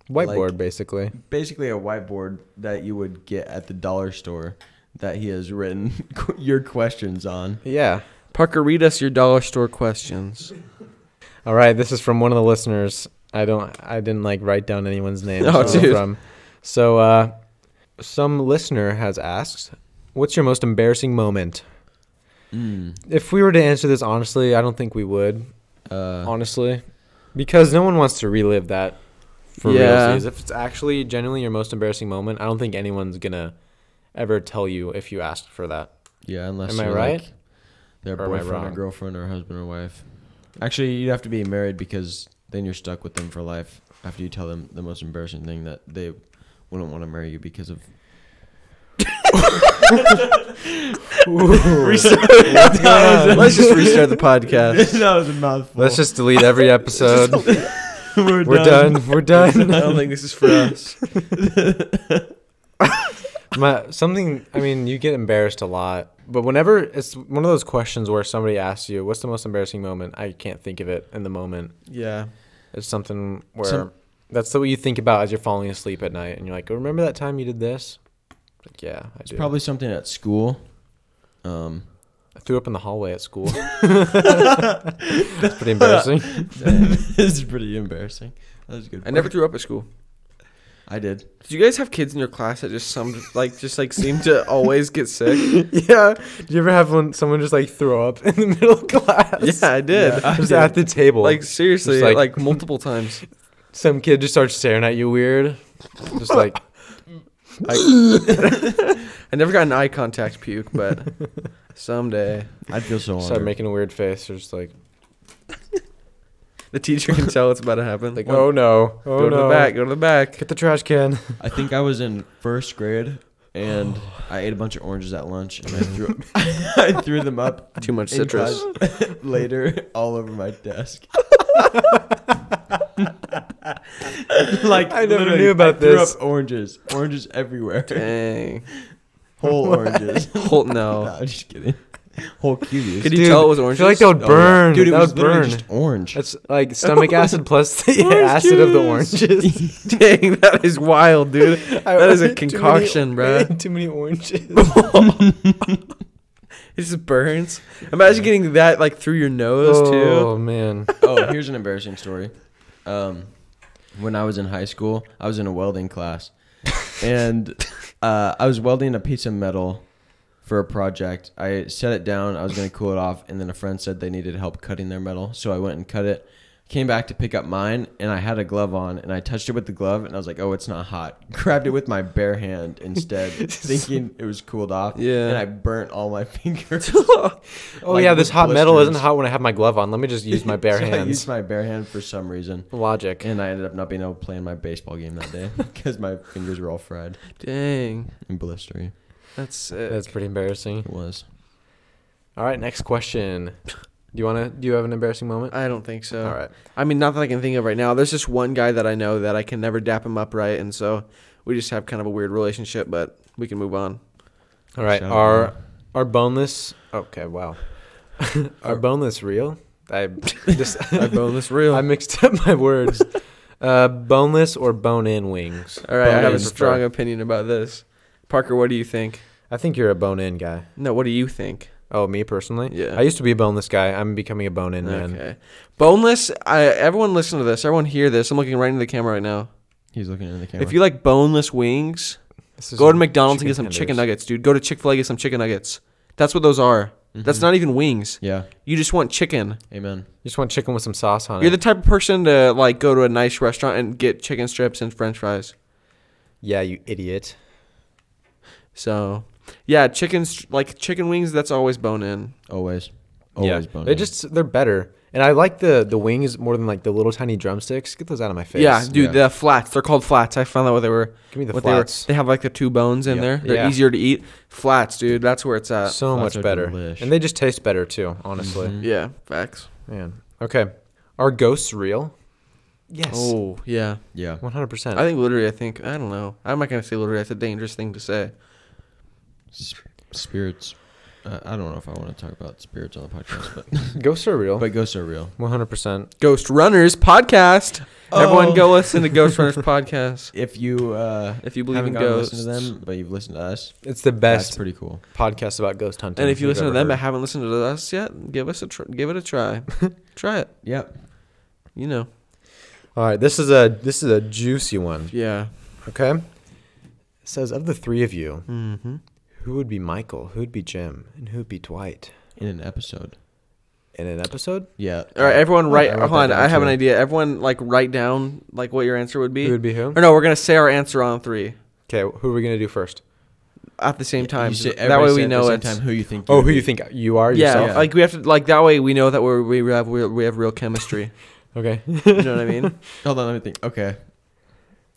Speaker 3: whiteboard
Speaker 2: Like-
Speaker 3: basically.
Speaker 2: basically a whiteboard that you would get at the dollar store that he has written your questions on.
Speaker 3: Yeah.
Speaker 1: Parker, read us your dollar store questions.
Speaker 3: All right. This is from one of the listeners. I don't. I didn't like write down anyone's name.
Speaker 1: Oh,
Speaker 3: so
Speaker 1: dude.
Speaker 3: From. So, uh, some listener has asked, "What's your most embarrassing moment?" If we were to answer this honestly, I don't think we would.
Speaker 2: Uh,
Speaker 3: honestly, because no one wants to relive that for
Speaker 1: Yeah.
Speaker 3: yeah. If it's actually genuinely your most embarrassing moment, I don't think anyone's gonna ever tell you if you asked for that.
Speaker 2: yeah, unless
Speaker 3: Am I
Speaker 2: you're
Speaker 3: right?
Speaker 2: like their
Speaker 3: Or am I
Speaker 2: boyfriend or
Speaker 3: wrong?
Speaker 2: girlfriend or husband or wife. Actually, you'd have to be married because then you're stuck with them for life after you tell them the most embarrassing thing that they wouldn't want to marry you because of.
Speaker 1: Let's just restart the podcast.
Speaker 2: that was a mouthful.
Speaker 3: Let's just delete every episode.
Speaker 2: We're,
Speaker 3: We're done. We're
Speaker 1: I
Speaker 3: done.
Speaker 1: don't think this is for us.
Speaker 3: My, something. I mean, you get embarrassed a lot, but whenever it's one of those questions where somebody asks you, "What's the most embarrassing moment?" I can't think of it in the moment.
Speaker 1: Yeah.
Speaker 3: It's something where
Speaker 2: Some-
Speaker 3: that's what you think about as you're falling asleep at night, and you're like, "Oh, "Remember that time you did this?" Like, yeah, I
Speaker 2: It's
Speaker 3: do.
Speaker 2: probably something at school. Um,
Speaker 3: I threw up in the hallway at school. That's pretty embarrassing.
Speaker 2: this is pretty embarrassing. That was good.
Speaker 1: I never threw up at school.
Speaker 2: I did.
Speaker 1: Did you guys have kids in your class that just some like just like seem to always get sick?
Speaker 3: yeah. Did you ever have one, someone just like throw up in the middle of class?
Speaker 1: Yeah, I did. I
Speaker 3: Just
Speaker 1: did.
Speaker 3: at the table.
Speaker 1: Like seriously,
Speaker 3: Just
Speaker 1: like,
Speaker 3: like-
Speaker 1: multiple times.
Speaker 3: some kid just starts staring at you weird. Just like
Speaker 1: I never got an eye contact puke, but someday
Speaker 2: I'd feel so
Speaker 3: start
Speaker 2: honored.
Speaker 3: making a weird face. Or just like,
Speaker 1: the teacher can tell it's about to happen. Like,
Speaker 3: oh no,
Speaker 1: go to
Speaker 3: oh no.
Speaker 1: the back, go to the back.
Speaker 3: Get the trash can.
Speaker 2: I think I was in first grade, and I ate a bunch of oranges at lunch, and I threw I threw them up
Speaker 1: Too much
Speaker 2: in
Speaker 1: citrus.
Speaker 2: class later all over my desk. like
Speaker 3: I never
Speaker 2: literally,
Speaker 3: knew about
Speaker 2: I threw
Speaker 3: this.
Speaker 2: up oranges, oranges everywhere,
Speaker 1: Dang.
Speaker 2: whole oranges.
Speaker 1: Whole, no.
Speaker 2: I'm just kidding. Whole cuties.
Speaker 1: Oh. Could you tell it was orange?
Speaker 3: I feel like that would burn.
Speaker 2: Oh, Dude, it
Speaker 3: that
Speaker 2: was
Speaker 3: would
Speaker 2: literally
Speaker 3: burn.
Speaker 2: just orange.
Speaker 3: That's like stomach acid plus the acid of the oranges.
Speaker 1: Dang, that is wild, dude. That is a
Speaker 3: Too many-
Speaker 1: concoction, bruh.
Speaker 3: Too many oranges.
Speaker 1: It just burns. Imagine getting that like through your nose
Speaker 3: Oh man.
Speaker 2: oh, here's an embarrassing story. Um, when I was in high school, I was in a welding class, and uh, I was welding a piece of metal for a project. I set it down. I was going to cool it off, and then a friend said they needed help cutting their metal, so I went and cut it. Came back to pick up mine, and I had a glove on, and I touched it with the glove, and I was like, "Oh, it's not hot." Grabbed it with my bare hand instead, thinking it was cooled off.
Speaker 1: Yeah.
Speaker 2: and I burnt all my fingers.
Speaker 1: too.
Speaker 3: Oh
Speaker 2: Like
Speaker 3: yeah,
Speaker 2: with
Speaker 3: this hot metal isn't
Speaker 2: blisters.
Speaker 3: hot when I have my glove on. Let me just use my bare
Speaker 2: So I
Speaker 3: hands.
Speaker 2: used my bare hand for some reason.
Speaker 3: Logic.
Speaker 2: And I ended up not being able to play in my baseball game that day because my fingers were all fried
Speaker 1: Dang,
Speaker 2: and blistery.
Speaker 1: that's sick.
Speaker 3: That's pretty embarrassing.
Speaker 2: It was.
Speaker 3: All right, next question. Do you wanna? Do you have an embarrassing moment?
Speaker 1: I don't think so.
Speaker 3: All right.
Speaker 1: I mean, not that I can think of right now. There's just one guy that I know that I can never dap him up right, and so we just have kind of a weird relationship. But we can move on.
Speaker 3: All right.
Speaker 2: Shout out
Speaker 3: Our our boneless. Okay. Wow. our boneless real. I just
Speaker 1: I boneless real.
Speaker 3: I mixed up my words. Uh, boneless or bone-in wings.
Speaker 1: All right, I have a
Speaker 3: Bone-in
Speaker 1: strong
Speaker 3: prefer.
Speaker 1: opinion about this. Parker, what do you think?
Speaker 3: I think you're a bone-in guy.
Speaker 1: No, what do you think?
Speaker 3: Oh, me personally.
Speaker 1: Yeah.
Speaker 3: I used to be a boneless guy. I'm becoming a bone-in man.
Speaker 1: Okay, boneless. I, everyone, listen to this. Everyone, hear this. I'm looking right into the camera right now.
Speaker 2: He's looking into the camera.
Speaker 1: If you like boneless wings,
Speaker 3: This is
Speaker 1: Go to McDonald's and get some
Speaker 3: chicken
Speaker 1: chicken
Speaker 3: tenders.
Speaker 1: nuggets, dude. Go to Chick Fil A get some chicken nuggets. That's what those are.
Speaker 3: Mm-hmm.
Speaker 1: That's not even wings.
Speaker 2: yeah.
Speaker 1: You just want chicken.
Speaker 2: Amen.
Speaker 3: You just want chicken with some sauce on
Speaker 1: You're the
Speaker 3: it.
Speaker 1: type of person to like go to a nice restaurant and get chicken strips and French fries.
Speaker 3: yeah, you idiot.
Speaker 1: So, yeah, chicken str- like chicken wings. That's always bone in.
Speaker 2: Always. Always bone.
Speaker 3: They just they're better. And I like the the wings more than like the little tiny drumsticks. Get those out of my face.
Speaker 1: Yeah, dude,
Speaker 2: yeah.
Speaker 1: the flats. They're called flats. I found out what they were.
Speaker 3: Give me the
Speaker 1: what
Speaker 3: flats.
Speaker 1: They, were. they have like the two bones in
Speaker 2: Yep.
Speaker 1: there. They're
Speaker 3: Yeah.
Speaker 1: easier to eat. Flats, dude. That's where it's at.
Speaker 3: so
Speaker 2: Flats
Speaker 3: much
Speaker 2: are
Speaker 3: better.
Speaker 2: delish.
Speaker 3: And they just taste better too, honestly.
Speaker 2: Mm-hmm.
Speaker 1: yeah, facts.
Speaker 3: Man. Okay. Are ghosts real? Yes.
Speaker 1: Oh, yeah.
Speaker 2: Yeah.
Speaker 3: 100%.
Speaker 1: I think literally. I think I don't know. I'm not gonna say literally. That's a dangerous thing to say.
Speaker 2: S- spirits. Uh, I don't know if I want to talk about spirits on the podcast, but
Speaker 3: ghosts are real.
Speaker 2: but ghosts are real.
Speaker 3: 100%.
Speaker 1: Ghost Runners podcast.
Speaker 2: Oh.
Speaker 1: Everyone go listen to Ghost Runners podcast.
Speaker 2: If you uh,
Speaker 1: If you believe
Speaker 2: haven't
Speaker 1: in
Speaker 2: gotten to
Speaker 1: ghosts.
Speaker 2: listen to them, but you've listened to us,
Speaker 3: It's the
Speaker 2: that's
Speaker 3: best
Speaker 2: pretty cool.
Speaker 3: podcast about ghost hunting.
Speaker 1: And if you
Speaker 3: we've
Speaker 1: listen to
Speaker 3: ever
Speaker 1: them but
Speaker 3: heard.
Speaker 1: haven't listened to us yet, give us a tr- give it a try. try it.
Speaker 2: Yep.
Speaker 1: You know.
Speaker 3: All right, this is a this is a juicy one.
Speaker 1: Yeah.
Speaker 3: Okay. It says of the three of you, who would be Michael, who would be Jim, and who would be Dwight
Speaker 2: In an episode.
Speaker 3: in an episode?
Speaker 2: Yeah.
Speaker 1: All right, everyone. Write.
Speaker 3: I wrote
Speaker 1: hold on.
Speaker 3: that
Speaker 1: I
Speaker 3: down
Speaker 1: have an
Speaker 3: too.
Speaker 1: idea. Everyone, like, write down like what your answer would be.
Speaker 3: Who would be who?
Speaker 1: Or no, we're gonna say our answer on three
Speaker 3: Okay, who are we gonna do first?
Speaker 1: at the same time.
Speaker 2: You say-
Speaker 1: that way
Speaker 2: everybody say
Speaker 1: we
Speaker 2: at the
Speaker 1: know
Speaker 2: same
Speaker 1: it's.
Speaker 2: time who you think.
Speaker 3: Oh,
Speaker 2: would
Speaker 3: who you
Speaker 2: be.
Speaker 3: think you are
Speaker 1: yeah,
Speaker 3: yourself?
Speaker 2: yourself.
Speaker 1: like we have to like that way we know that we're, we have we, we have real chemistry.
Speaker 3: Okay.
Speaker 1: you know what I mean?
Speaker 2: Hold on, let me think. Okay.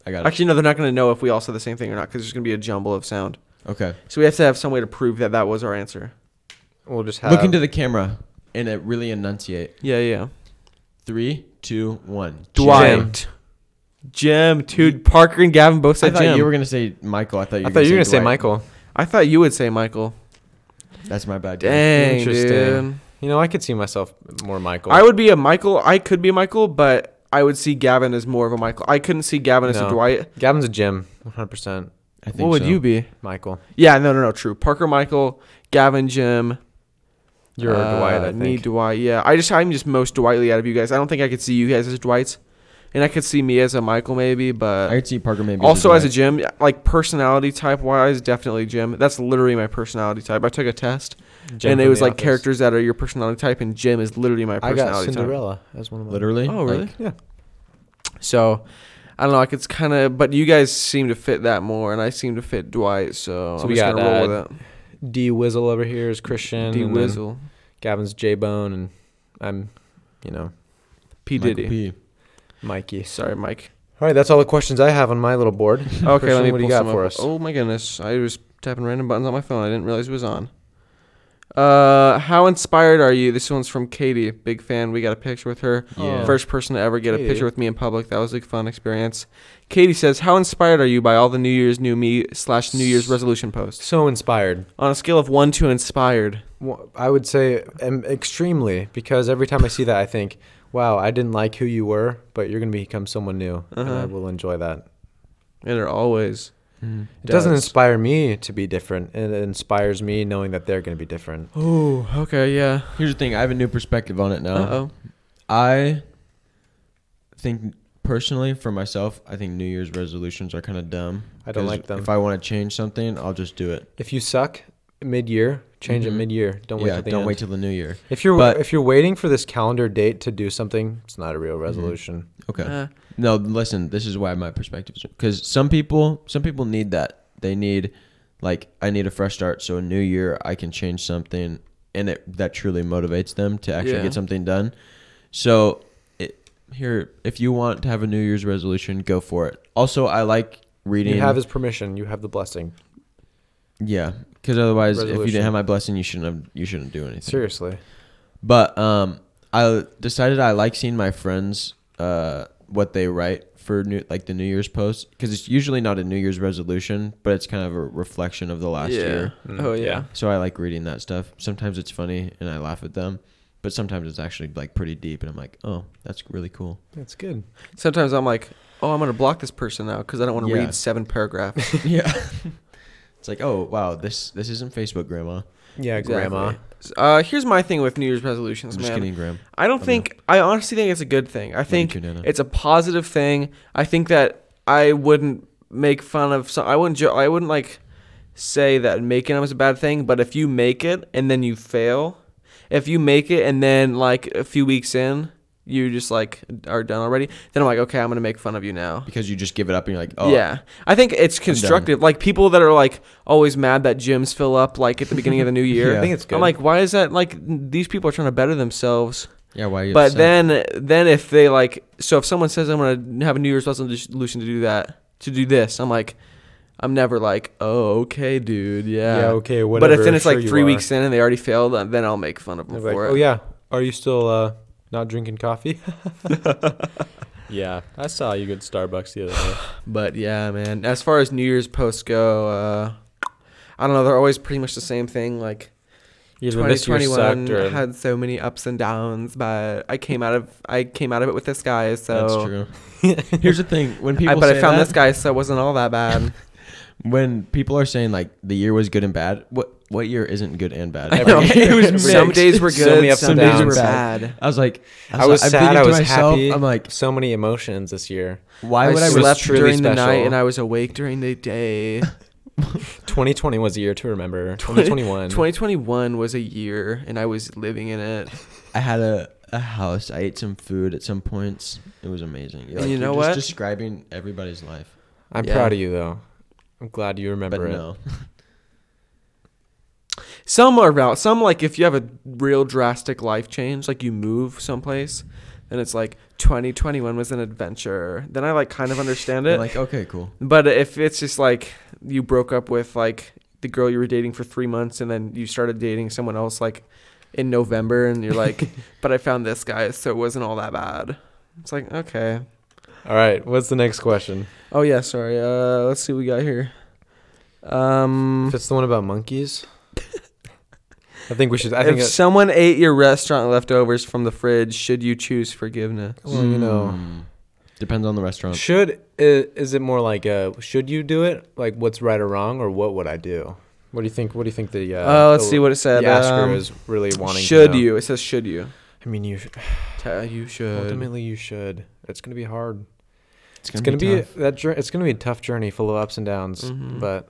Speaker 2: I got it.
Speaker 1: Actually, no, they're not gonna know if we all said the same thing or not because there's gonna be a jumble of sound.
Speaker 2: okay.
Speaker 1: So we have to have some way to prove that that was our answer.
Speaker 3: We'll just have
Speaker 2: Look into the camera and it really enunciate.
Speaker 1: Yeah, yeah.
Speaker 2: Three, two, one.
Speaker 3: Dwight.
Speaker 1: Jim, dude. Parker and Gavin both
Speaker 2: I
Speaker 1: said
Speaker 2: thought
Speaker 1: Jim.
Speaker 2: you were gonna say Michael. I thought you.
Speaker 3: I
Speaker 2: were
Speaker 3: thought you were gonna say
Speaker 2: Dwight.
Speaker 3: Michael.
Speaker 1: I thought you would say Michael.
Speaker 2: That's my bad. Dang.
Speaker 1: Dang,
Speaker 3: Interesting.
Speaker 1: dude.
Speaker 3: You know, I could see myself more Michael.
Speaker 1: I would be a Michael. I could be Michael, but I would see Gavin as more of a Michael. I couldn't see Gavin as a
Speaker 3: No.
Speaker 1: Dwight.
Speaker 3: Gavin's a Jim, 100%.
Speaker 2: I think
Speaker 1: What would
Speaker 2: so.
Speaker 1: you be?
Speaker 3: Michael,
Speaker 1: Yeah, no, no, no. True. Parker, Michael, Gavin, Jim.
Speaker 3: you're a Dwight.
Speaker 1: uh,
Speaker 3: I think.
Speaker 1: Me, Dwight. Yeah, I just I'm just most Dwightly out of you guys. I don't think I could see you guys as Dwights, and I could see me as a Michael maybe, but
Speaker 2: I could see Parker maybe.
Speaker 1: also as a
Speaker 2: Dwight.
Speaker 1: gym like personality type wise definitely gym that's literally my personality type i took a test
Speaker 3: Jim
Speaker 1: and it
Speaker 3: from
Speaker 1: was
Speaker 3: The
Speaker 1: like
Speaker 3: Office.
Speaker 1: characters that are your personality type and gym is literally my
Speaker 3: I got
Speaker 1: personality type
Speaker 3: Cinderella as one of my.
Speaker 2: literally.
Speaker 1: oh really
Speaker 2: Like,
Speaker 3: Yeah.
Speaker 1: so i don't know like it's kind of but you guys seem to fit that more and i seem to fit dwight so,
Speaker 3: So
Speaker 1: i'm
Speaker 3: we
Speaker 1: just
Speaker 3: got,
Speaker 1: gonna roll
Speaker 3: uh,
Speaker 1: with
Speaker 3: D Wizzle over here is Christian.
Speaker 1: it
Speaker 3: and
Speaker 1: d
Speaker 3: then
Speaker 1: wizzle
Speaker 3: Gavin's J Bone, and I'm, you know,
Speaker 1: p
Speaker 2: Michael
Speaker 1: diddy
Speaker 2: P.
Speaker 3: Mikey.
Speaker 1: sorry mike
Speaker 3: All right, that's all the questions I have on my little board.
Speaker 1: okay let me pull
Speaker 3: what do you got
Speaker 1: some
Speaker 3: for
Speaker 1: up.
Speaker 3: us?
Speaker 1: oh my goodness i was tapping random buttons on my phone i didn't realize it was on Uh, how inspired are you? This one's from Katie, big fan. We got a picture with her.
Speaker 2: Yeah.
Speaker 1: First person to ever get a
Speaker 3: Katie.
Speaker 1: picture with me in public. That was a fun experience. Katie says, "How inspired are you by all the New Year's New Me slash New Year's resolution posts?
Speaker 3: So inspired.
Speaker 1: On a scale of one to inspired,
Speaker 3: Well, I would say um, extremely because every time I see that, I think, wow, I didn't like who you were, but you're going to become someone new. And I
Speaker 1: Uh-huh.
Speaker 3: will enjoy that.
Speaker 1: and they're always
Speaker 3: It doesn't
Speaker 1: Does.
Speaker 3: inspire me to be different. It inspires me knowing that they're going to be different.
Speaker 1: oh okay yeah
Speaker 2: Here's the thing. I have a new perspective on it now.
Speaker 1: uh oh
Speaker 2: I think personally for myself, I think New Year's resolutions are kind of dumb.
Speaker 3: I don't
Speaker 2: 'Cause
Speaker 3: like them.
Speaker 2: If I want to change something, I'll just do it.
Speaker 3: If you suck mid year, change
Speaker 2: Mhm.
Speaker 3: it mid year. Don't wait
Speaker 2: yeah,
Speaker 3: till the
Speaker 2: don't
Speaker 3: end.
Speaker 2: wait till the new year.
Speaker 3: if you're
Speaker 2: but-
Speaker 3: if you're waiting for this calendar date to do something, it's not a real resolution.
Speaker 2: Okay.
Speaker 1: Uh.
Speaker 2: no, listen. This is why my perspective is because some people, some people need that. They need, like, I need a fresh start. So a new year, I can change something, and it that truly motivates them to actually
Speaker 1: Yeah.
Speaker 2: get something done. So, it, here, if you want to have a New Year's resolution, go for it. Also, I like reading.
Speaker 3: You have his permission. You have the blessing.
Speaker 2: Yeah, because otherwise, if you
Speaker 3: Resolution.
Speaker 2: didn't have my blessing, you shouldn't have, you shouldn't do anything.
Speaker 3: Seriously.
Speaker 2: But um, I decided I like seeing my friends uh what they write for new like the New Year's post because it's usually not a New Year's resolution, but it's kind of a reflection of the last
Speaker 1: yeah
Speaker 2: year. Mm,
Speaker 1: oh yeah
Speaker 2: So I like reading that stuff. Sometimes it's funny and I laugh at them, but sometimes it's actually like pretty deep and I'm like, oh, that's really cool.
Speaker 3: That's good.
Speaker 1: sometimes I'm like oh I'm gonna block this person now because I don't want to
Speaker 2: Yeah.
Speaker 1: read seven paragraphs
Speaker 2: yeah. It's like, oh wow, this this isn't Facebook, Grandma.
Speaker 3: Yeah,
Speaker 1: Exactly.
Speaker 3: grandma.
Speaker 1: uh here's my thing with New Year's resolutions
Speaker 2: I'm just
Speaker 1: man
Speaker 2: kidding, Graham.
Speaker 1: I don't
Speaker 2: Love
Speaker 1: think I honestly think it's a good thing I think
Speaker 2: you, Nana.
Speaker 1: it's a positive thing I think that I wouldn't make fun of some I wouldn't jo- I wouldn't like say that making them is a bad thing but if you make it and then you fail if you make it and then like a few weeks in you just like are done already then I'm like okay I'm gonna make fun of you now
Speaker 2: Because you just give it up and you're like, oh
Speaker 1: Yeah, I think it's constructive. Like people that are like always mad that gyms fill up like at the beginning of the new year.
Speaker 2: Yeah. I think
Speaker 3: it's good.
Speaker 1: I'm like, why is that? Like these people are trying to better themselves,
Speaker 2: Yeah, why are you
Speaker 1: but
Speaker 2: upset?
Speaker 1: then then if they like, so if someone says I'm gonna have a New Year's resolution to do that, to do this, I'm like, I'm never like, oh okay, dude, yeah.
Speaker 3: Yeah, okay,
Speaker 1: But if
Speaker 3: whatever,
Speaker 1: then it's
Speaker 3: sure
Speaker 1: like
Speaker 3: you
Speaker 1: three
Speaker 3: are.
Speaker 1: weeks in and they already failed, uh, then I'll make fun of them
Speaker 3: They're
Speaker 1: for
Speaker 3: like,
Speaker 1: it.
Speaker 3: oh yeah, are you still uh, not drinking coffee?
Speaker 4: Yeah, I saw you go to Starbucks the other day.
Speaker 1: But yeah, man. As far as New Year's posts go, uh, I don't know. They're always pretty much the same thing. Like
Speaker 4: Either this year sucked
Speaker 1: 2021
Speaker 4: or
Speaker 1: had so many ups and downs, but I came out of I came out of it with this guy. So
Speaker 2: That's true. Here's the thing: when people
Speaker 1: I, but
Speaker 2: say
Speaker 1: I found
Speaker 2: that,
Speaker 1: this guy, so it wasn't all that bad.
Speaker 2: when people are saying like the year was good and bad, what what year isn't good and bad?
Speaker 4: I know.
Speaker 2: Every-
Speaker 4: It was
Speaker 2: every-
Speaker 1: some days were
Speaker 4: So
Speaker 1: good,
Speaker 4: many ups
Speaker 1: some
Speaker 4: and
Speaker 1: days
Speaker 4: downs.
Speaker 1: were
Speaker 2: Bad.
Speaker 1: bad.
Speaker 2: I was like,
Speaker 3: I was
Speaker 2: like-
Speaker 3: sad,
Speaker 2: thinking
Speaker 3: I
Speaker 2: to
Speaker 3: was
Speaker 2: myself,
Speaker 3: happy.
Speaker 2: I'm like,
Speaker 3: so many emotions this year.
Speaker 2: why
Speaker 1: I,
Speaker 2: would I?
Speaker 3: was
Speaker 1: slept
Speaker 3: truly
Speaker 1: during the night
Speaker 3: special.
Speaker 1: and I was awake during the day.
Speaker 3: 2020 was a year to remember. 2021.
Speaker 1: 2021 was a year, and I was living in it.
Speaker 2: I had a, a house. I ate some food at some points. It was amazing. You're
Speaker 1: And you
Speaker 2: you're
Speaker 1: know
Speaker 2: just
Speaker 1: what?
Speaker 2: describing everybody's life,
Speaker 3: I'm
Speaker 1: Yeah.
Speaker 3: proud of you though. I'm glad you
Speaker 2: but
Speaker 3: remember it.
Speaker 2: no.
Speaker 1: Some are about some like if you have a real drastic life change, like you move someplace, then it's like 2021 was an adventure. Then I like kind of understand
Speaker 2: I'm
Speaker 1: it.
Speaker 2: like, okay, cool.
Speaker 1: But if it's just like you broke up with like the girl you were dating for three months and then you started dating someone else like in November and you're like, but I found this guy, so it wasn't all that bad. It's like, okay.
Speaker 3: All right, what's the next question?
Speaker 1: Oh yeah, sorry. Uh let's see what we got here. Um
Speaker 3: If it's the one about monkeys, I think we should. I
Speaker 1: if
Speaker 3: think it-
Speaker 1: someone ate your restaurant leftovers from the fridge, should you choose forgiveness?
Speaker 3: well, you know,
Speaker 2: Mm. depends on the
Speaker 1: Hmm.
Speaker 2: restaurant.
Speaker 3: should i- is it more like uh should you do it? Like what's right or wrong, or what would I do? What do you think? What do you think the? Uh,
Speaker 1: Uh, let's
Speaker 3: the-
Speaker 1: see what it said.
Speaker 3: the asker
Speaker 1: Um,
Speaker 3: is really wanting. to
Speaker 1: should
Speaker 3: know.
Speaker 1: you? It says should you.
Speaker 3: I mean, you should,
Speaker 1: Ta- you should.
Speaker 3: ultimately you should. It's gonna be hard.
Speaker 2: It's
Speaker 3: It's gonna be,
Speaker 2: tough.
Speaker 3: that. Jour- it's gonna be a tough journey, full of ups and downs.
Speaker 1: Mhm.
Speaker 3: But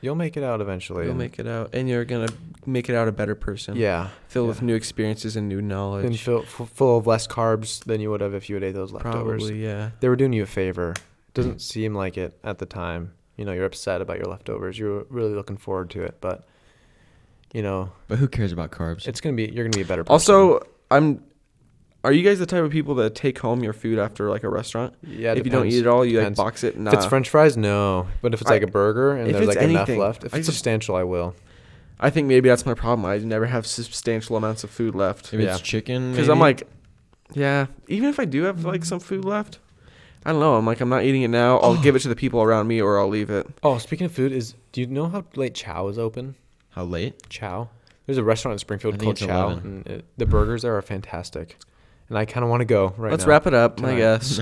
Speaker 3: you'll make it out eventually.
Speaker 1: You'll
Speaker 3: and-
Speaker 1: make it out, and you're gonna make it out a better person.
Speaker 3: Yeah.
Speaker 1: filled with
Speaker 3: yeah.
Speaker 1: new experiences and new knowledge.
Speaker 3: And fill, f- full of less carbs than you would have if you had ate those leftovers.
Speaker 1: Probably, yeah.
Speaker 3: They were doing you a favor. Doesn't seem like it at the time. You know, you're upset about your leftovers. You're really looking forward to it, but you know,
Speaker 2: But who cares about carbs?
Speaker 3: it's gonna be you're gonna be a better person.
Speaker 1: Also, I'm. Are you guys the type of people that take home your food after like a restaurant?
Speaker 3: yeah,
Speaker 1: if you don't eat it all, you
Speaker 3: Depends.
Speaker 1: like box it. Nah.
Speaker 3: If it's French fries, no. But if it's
Speaker 1: I-
Speaker 3: like a burger and
Speaker 1: if
Speaker 3: there's
Speaker 1: it's
Speaker 3: like enough
Speaker 1: anything,
Speaker 3: left, if
Speaker 1: I
Speaker 3: it's
Speaker 1: just-
Speaker 3: substantial, I will.
Speaker 1: I think maybe that's my problem. I never have substantial amounts of food left.
Speaker 2: If
Speaker 4: Yeah.
Speaker 2: it's chicken,
Speaker 1: Because I'm
Speaker 2: maybe?
Speaker 1: like, yeah, even if I do have like some food left, I don't know. I'm like, I'm not eating it now. I'll give it to the people around me or I'll leave it.
Speaker 3: Oh, speaking of food, is do you know how late Chow is open?
Speaker 2: how late?
Speaker 3: Chow. There's a restaurant in Springfield
Speaker 2: I think
Speaker 3: called
Speaker 2: it's
Speaker 3: Chow,
Speaker 2: 11.
Speaker 3: and it, the burgers there are fantastic. And I kind of want to go right
Speaker 1: Let's
Speaker 3: now.
Speaker 1: wrap it up, I
Speaker 3: Tonight.
Speaker 1: guess.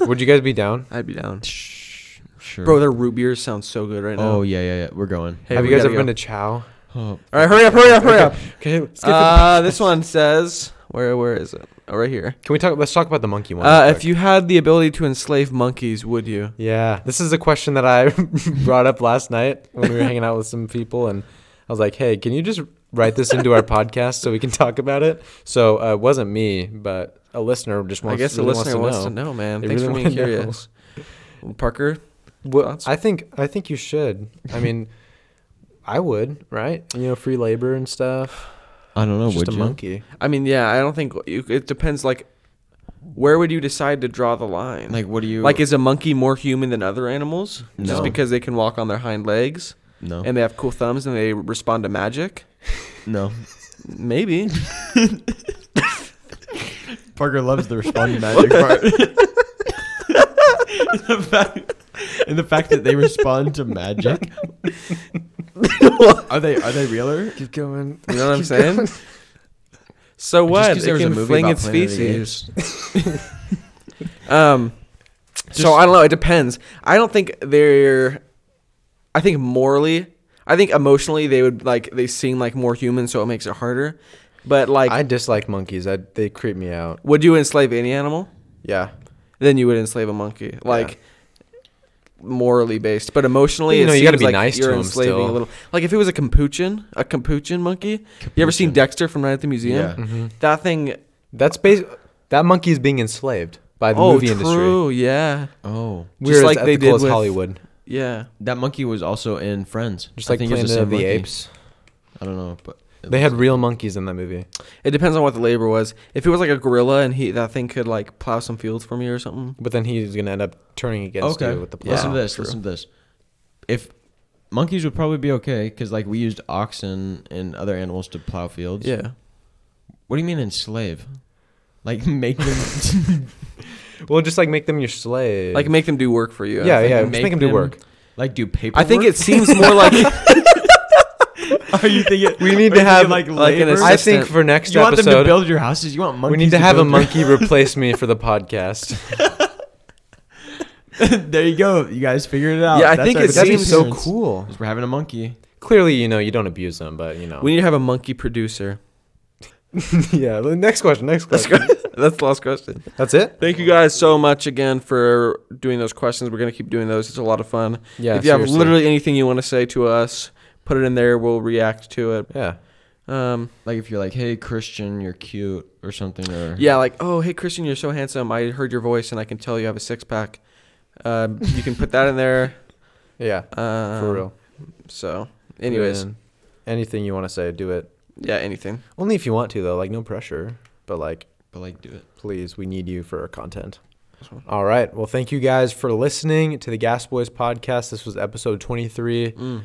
Speaker 3: Would you guys be down?
Speaker 1: I'd be down.
Speaker 2: Shh, Sure.
Speaker 1: Bro, their root beers sound so good right now.
Speaker 2: oh yeah, yeah, yeah. We're going.
Speaker 1: Hey,
Speaker 3: Have
Speaker 1: we
Speaker 3: you guys
Speaker 1: gotta
Speaker 3: ever
Speaker 1: go.
Speaker 3: been to Chow?
Speaker 2: Oh,
Speaker 1: All right, hurry up, hurry up, hurry up.
Speaker 3: Okay, let's get
Speaker 1: Uh, this one says, where where is it? Oh, right here.
Speaker 3: Can we talk? Let's talk about the monkey one.
Speaker 1: Uh,
Speaker 3: real
Speaker 1: if
Speaker 3: quick.
Speaker 1: you had the ability to enslave monkeys, would you?
Speaker 3: yeah, this is a question that I brought up last night when we were hanging out with some people, and I was like, "Hey, can you just write this into our podcast so we can talk about it?" So uh, it wasn't me, but a listener just
Speaker 1: I
Speaker 3: wants.
Speaker 1: guess the
Speaker 3: really
Speaker 1: listener wants to know, man.
Speaker 3: They
Speaker 1: Thanks
Speaker 3: really
Speaker 1: for being
Speaker 3: wanna know.
Speaker 1: curious. Parker,
Speaker 3: Well,
Speaker 1: Thoughts?
Speaker 3: I think I think you should. I mean, I would, right? You know, free labor and stuff.
Speaker 2: I don't know.
Speaker 3: It's just
Speaker 2: Would
Speaker 3: a
Speaker 2: you?
Speaker 3: monkey.
Speaker 1: I mean, yeah, I don't think you, it depends. Like, where would you decide to draw the line? Like,
Speaker 2: Like, what do you
Speaker 1: is a monkey more human than other animals just
Speaker 2: No.
Speaker 1: because they can walk on their hind legs
Speaker 2: No,
Speaker 1: and they have cool thumbs and they respond to magic?
Speaker 2: no.
Speaker 1: Maybe.
Speaker 2: Parker loves the respond magic part. the fact, and the fact that they respond to magic. are they are they realer?
Speaker 3: Keep going.
Speaker 1: You know what I'm saying? So what?
Speaker 2: Just 'cause
Speaker 1: It
Speaker 2: there was a
Speaker 1: can
Speaker 2: movie
Speaker 1: fling
Speaker 2: about
Speaker 1: its
Speaker 2: Planet of the
Speaker 1: feces. um. so I don't know. It depends. I don't think they're. I think morally, I think emotionally, they would like they seem like more human, so it makes it harder. But like,
Speaker 3: I dislike monkeys. I, they creep me out.
Speaker 1: would you enslave any animal?
Speaker 3: Yeah.
Speaker 1: Then you would enslave a monkey, like morally based, but emotionally,
Speaker 3: You know,
Speaker 1: it
Speaker 3: you gotta
Speaker 1: seems like
Speaker 3: be nice to
Speaker 1: you're
Speaker 3: him
Speaker 1: enslaving a
Speaker 3: still.
Speaker 1: little. Like if it was a capuchin, a capuchin monkey. You ever seen
Speaker 2: Capuchin.
Speaker 1: Dexter from Night at the Museum?
Speaker 2: Yeah.
Speaker 1: That thing
Speaker 3: That's bas- That monkey is being enslaved by the movie industry.
Speaker 1: Oh, true. Yeah,
Speaker 2: Oh,
Speaker 1: Just
Speaker 3: We're
Speaker 1: like
Speaker 3: as
Speaker 1: they
Speaker 3: ethical
Speaker 1: did
Speaker 3: as
Speaker 1: with-
Speaker 3: Hollywood.
Speaker 1: yeah.
Speaker 2: that monkey was also in Friends.
Speaker 3: Just
Speaker 2: I
Speaker 3: like
Speaker 2: think it was
Speaker 3: Planet
Speaker 2: the
Speaker 3: of
Speaker 2: same
Speaker 3: the
Speaker 2: monkey.
Speaker 3: Apes.
Speaker 2: I don't know, but it
Speaker 3: They
Speaker 2: looks
Speaker 3: had
Speaker 2: like-
Speaker 3: real monkeys in that movie.
Speaker 1: It depends on what the labor was. If it was like a gorilla and he that thing could like plow some fields for me or something.
Speaker 3: But then he's going to end up turning against
Speaker 2: okay.
Speaker 3: you with the plow.
Speaker 2: listen to this. Listen to this. If monkeys would probably be okay because like we used oxen and other animals to plow fields.
Speaker 1: Yeah.
Speaker 2: What do you mean enslave? Like make them
Speaker 3: Well, just like make them your slave.
Speaker 1: Like make them do work for you. I
Speaker 3: yeah,
Speaker 1: think.
Speaker 3: yeah. Just make them do work.
Speaker 2: Like do paper.
Speaker 1: I think it seems more like
Speaker 2: Are you thinking
Speaker 3: We need to
Speaker 2: are you thinking,
Speaker 3: have
Speaker 2: like
Speaker 1: like an
Speaker 2: labor?
Speaker 1: assist-
Speaker 3: I think
Speaker 1: assistant.
Speaker 3: for next
Speaker 2: You want them to
Speaker 3: episode,
Speaker 2: build your houses. You want monkeys.
Speaker 3: we need to have a
Speaker 2: build your-
Speaker 3: monkey replace me for the podcast.
Speaker 2: there you go. You guys figured it out.
Speaker 1: Yeah, I
Speaker 2: That's
Speaker 1: think
Speaker 2: our
Speaker 1: it
Speaker 2: best
Speaker 1: seems
Speaker 3: so
Speaker 2: parents,
Speaker 3: cool.
Speaker 2: is We're having a monkey.
Speaker 3: Clearly, you know, you don't abuse them, but you know.
Speaker 1: we need to have a monkey producer.
Speaker 3: yeah. Next question. Next question.
Speaker 1: That's the last question.
Speaker 3: That's it.
Speaker 1: Thank you guys so much again for doing those questions. We're gonna keep doing those. It's a lot of fun.
Speaker 3: Yeah,
Speaker 1: if you have
Speaker 3: seriously.
Speaker 1: literally anything you want to say to us, put it in there. We'll react to it.
Speaker 3: Yeah.
Speaker 1: Um,
Speaker 2: Like if you're like, hey Christian, you're cute or something. Or
Speaker 1: yeah, like oh hey Christian, you're so handsome. I heard your voice and I can tell you have a six pack. Um, you can put that in there.
Speaker 3: Yeah.
Speaker 1: Um,
Speaker 3: for real.
Speaker 1: So, anyways,
Speaker 3: And anything you want to say, do it.
Speaker 1: yeah, anything.
Speaker 3: Only if you want to, though. Like, no pressure. But, like,
Speaker 2: But like do it.
Speaker 3: please, we need you for our content. All right. Well, thank you guys for listening to the Gas Boys podcast. This was episode 23.
Speaker 2: Mm.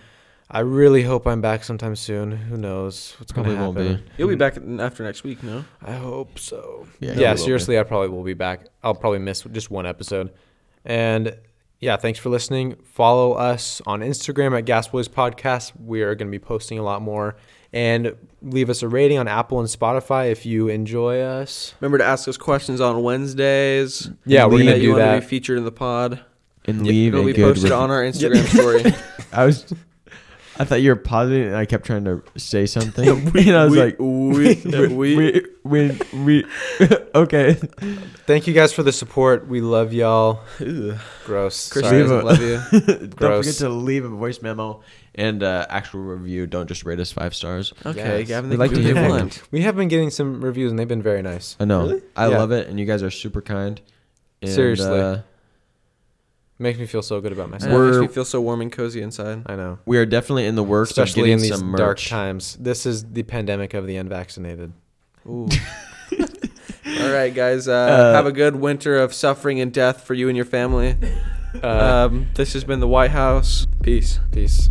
Speaker 3: I really hope I'm back sometime soon. Who knows what's going to
Speaker 2: Probably
Speaker 3: happen?
Speaker 2: won't be.
Speaker 1: You'll be back n- after next week, no?
Speaker 3: I hope so.
Speaker 2: Yeah,
Speaker 3: Yeah,
Speaker 2: you will be.
Speaker 3: seriously, I probably will be back. I'll probably miss just one episode. And yeah, thanks for listening. Follow us on Instagram at Gasboys Podcast. We are going to be posting a lot more. And leave us a rating on Apple and Spotify if you enjoy us.
Speaker 1: Remember to ask us questions on Wednesdays.
Speaker 3: Yeah, we're
Speaker 2: Leave-
Speaker 3: gonna
Speaker 1: you
Speaker 3: do
Speaker 1: wanna
Speaker 3: that.
Speaker 1: Be featured in the pod.
Speaker 2: And leave
Speaker 1: It'll be
Speaker 2: a good
Speaker 1: posted
Speaker 2: rev-
Speaker 1: on our Instagram story.
Speaker 2: I was. I thought you were positive, and I kept trying to say something, and I was
Speaker 1: we-
Speaker 2: like,
Speaker 1: we-
Speaker 2: we, we, we, okay."
Speaker 3: Thank you guys for the support. We love y'all. Gross.
Speaker 1: Christian
Speaker 3: Sorry.
Speaker 1: doesn't love you.
Speaker 2: Don't forget
Speaker 3: Gross.
Speaker 2: to leave a voice memo and uh, actual review. Don't just rate us five stars.
Speaker 1: Okay,
Speaker 3: Yes.
Speaker 1: Gavin,
Speaker 2: We'd
Speaker 1: they
Speaker 2: like
Speaker 1: do
Speaker 2: to
Speaker 1: what
Speaker 2: hear
Speaker 1: they
Speaker 2: from
Speaker 1: want.
Speaker 3: We have been getting some reviews and they've been very nice.
Speaker 2: I know. I
Speaker 3: Yeah.
Speaker 2: love it, and you guys are super kind. And,
Speaker 3: Seriously.
Speaker 2: uh,
Speaker 3: Makes me feel so good about
Speaker 1: I
Speaker 3: myself.
Speaker 1: know, it makes
Speaker 2: We're-
Speaker 1: me feel so warm and cozy inside.
Speaker 3: I know.
Speaker 2: we are definitely in the works,
Speaker 3: Especially in
Speaker 2: of getting
Speaker 3: these
Speaker 2: some
Speaker 3: dark
Speaker 2: merch.
Speaker 3: times. This is the pandemic of the unvaccinated.
Speaker 1: Ooh. All right, guys. Uh,
Speaker 2: Uh,
Speaker 1: have a good winter of suffering and death for you and your family.
Speaker 3: Uh,
Speaker 1: Um, this has been the White House. Peace.
Speaker 3: peace.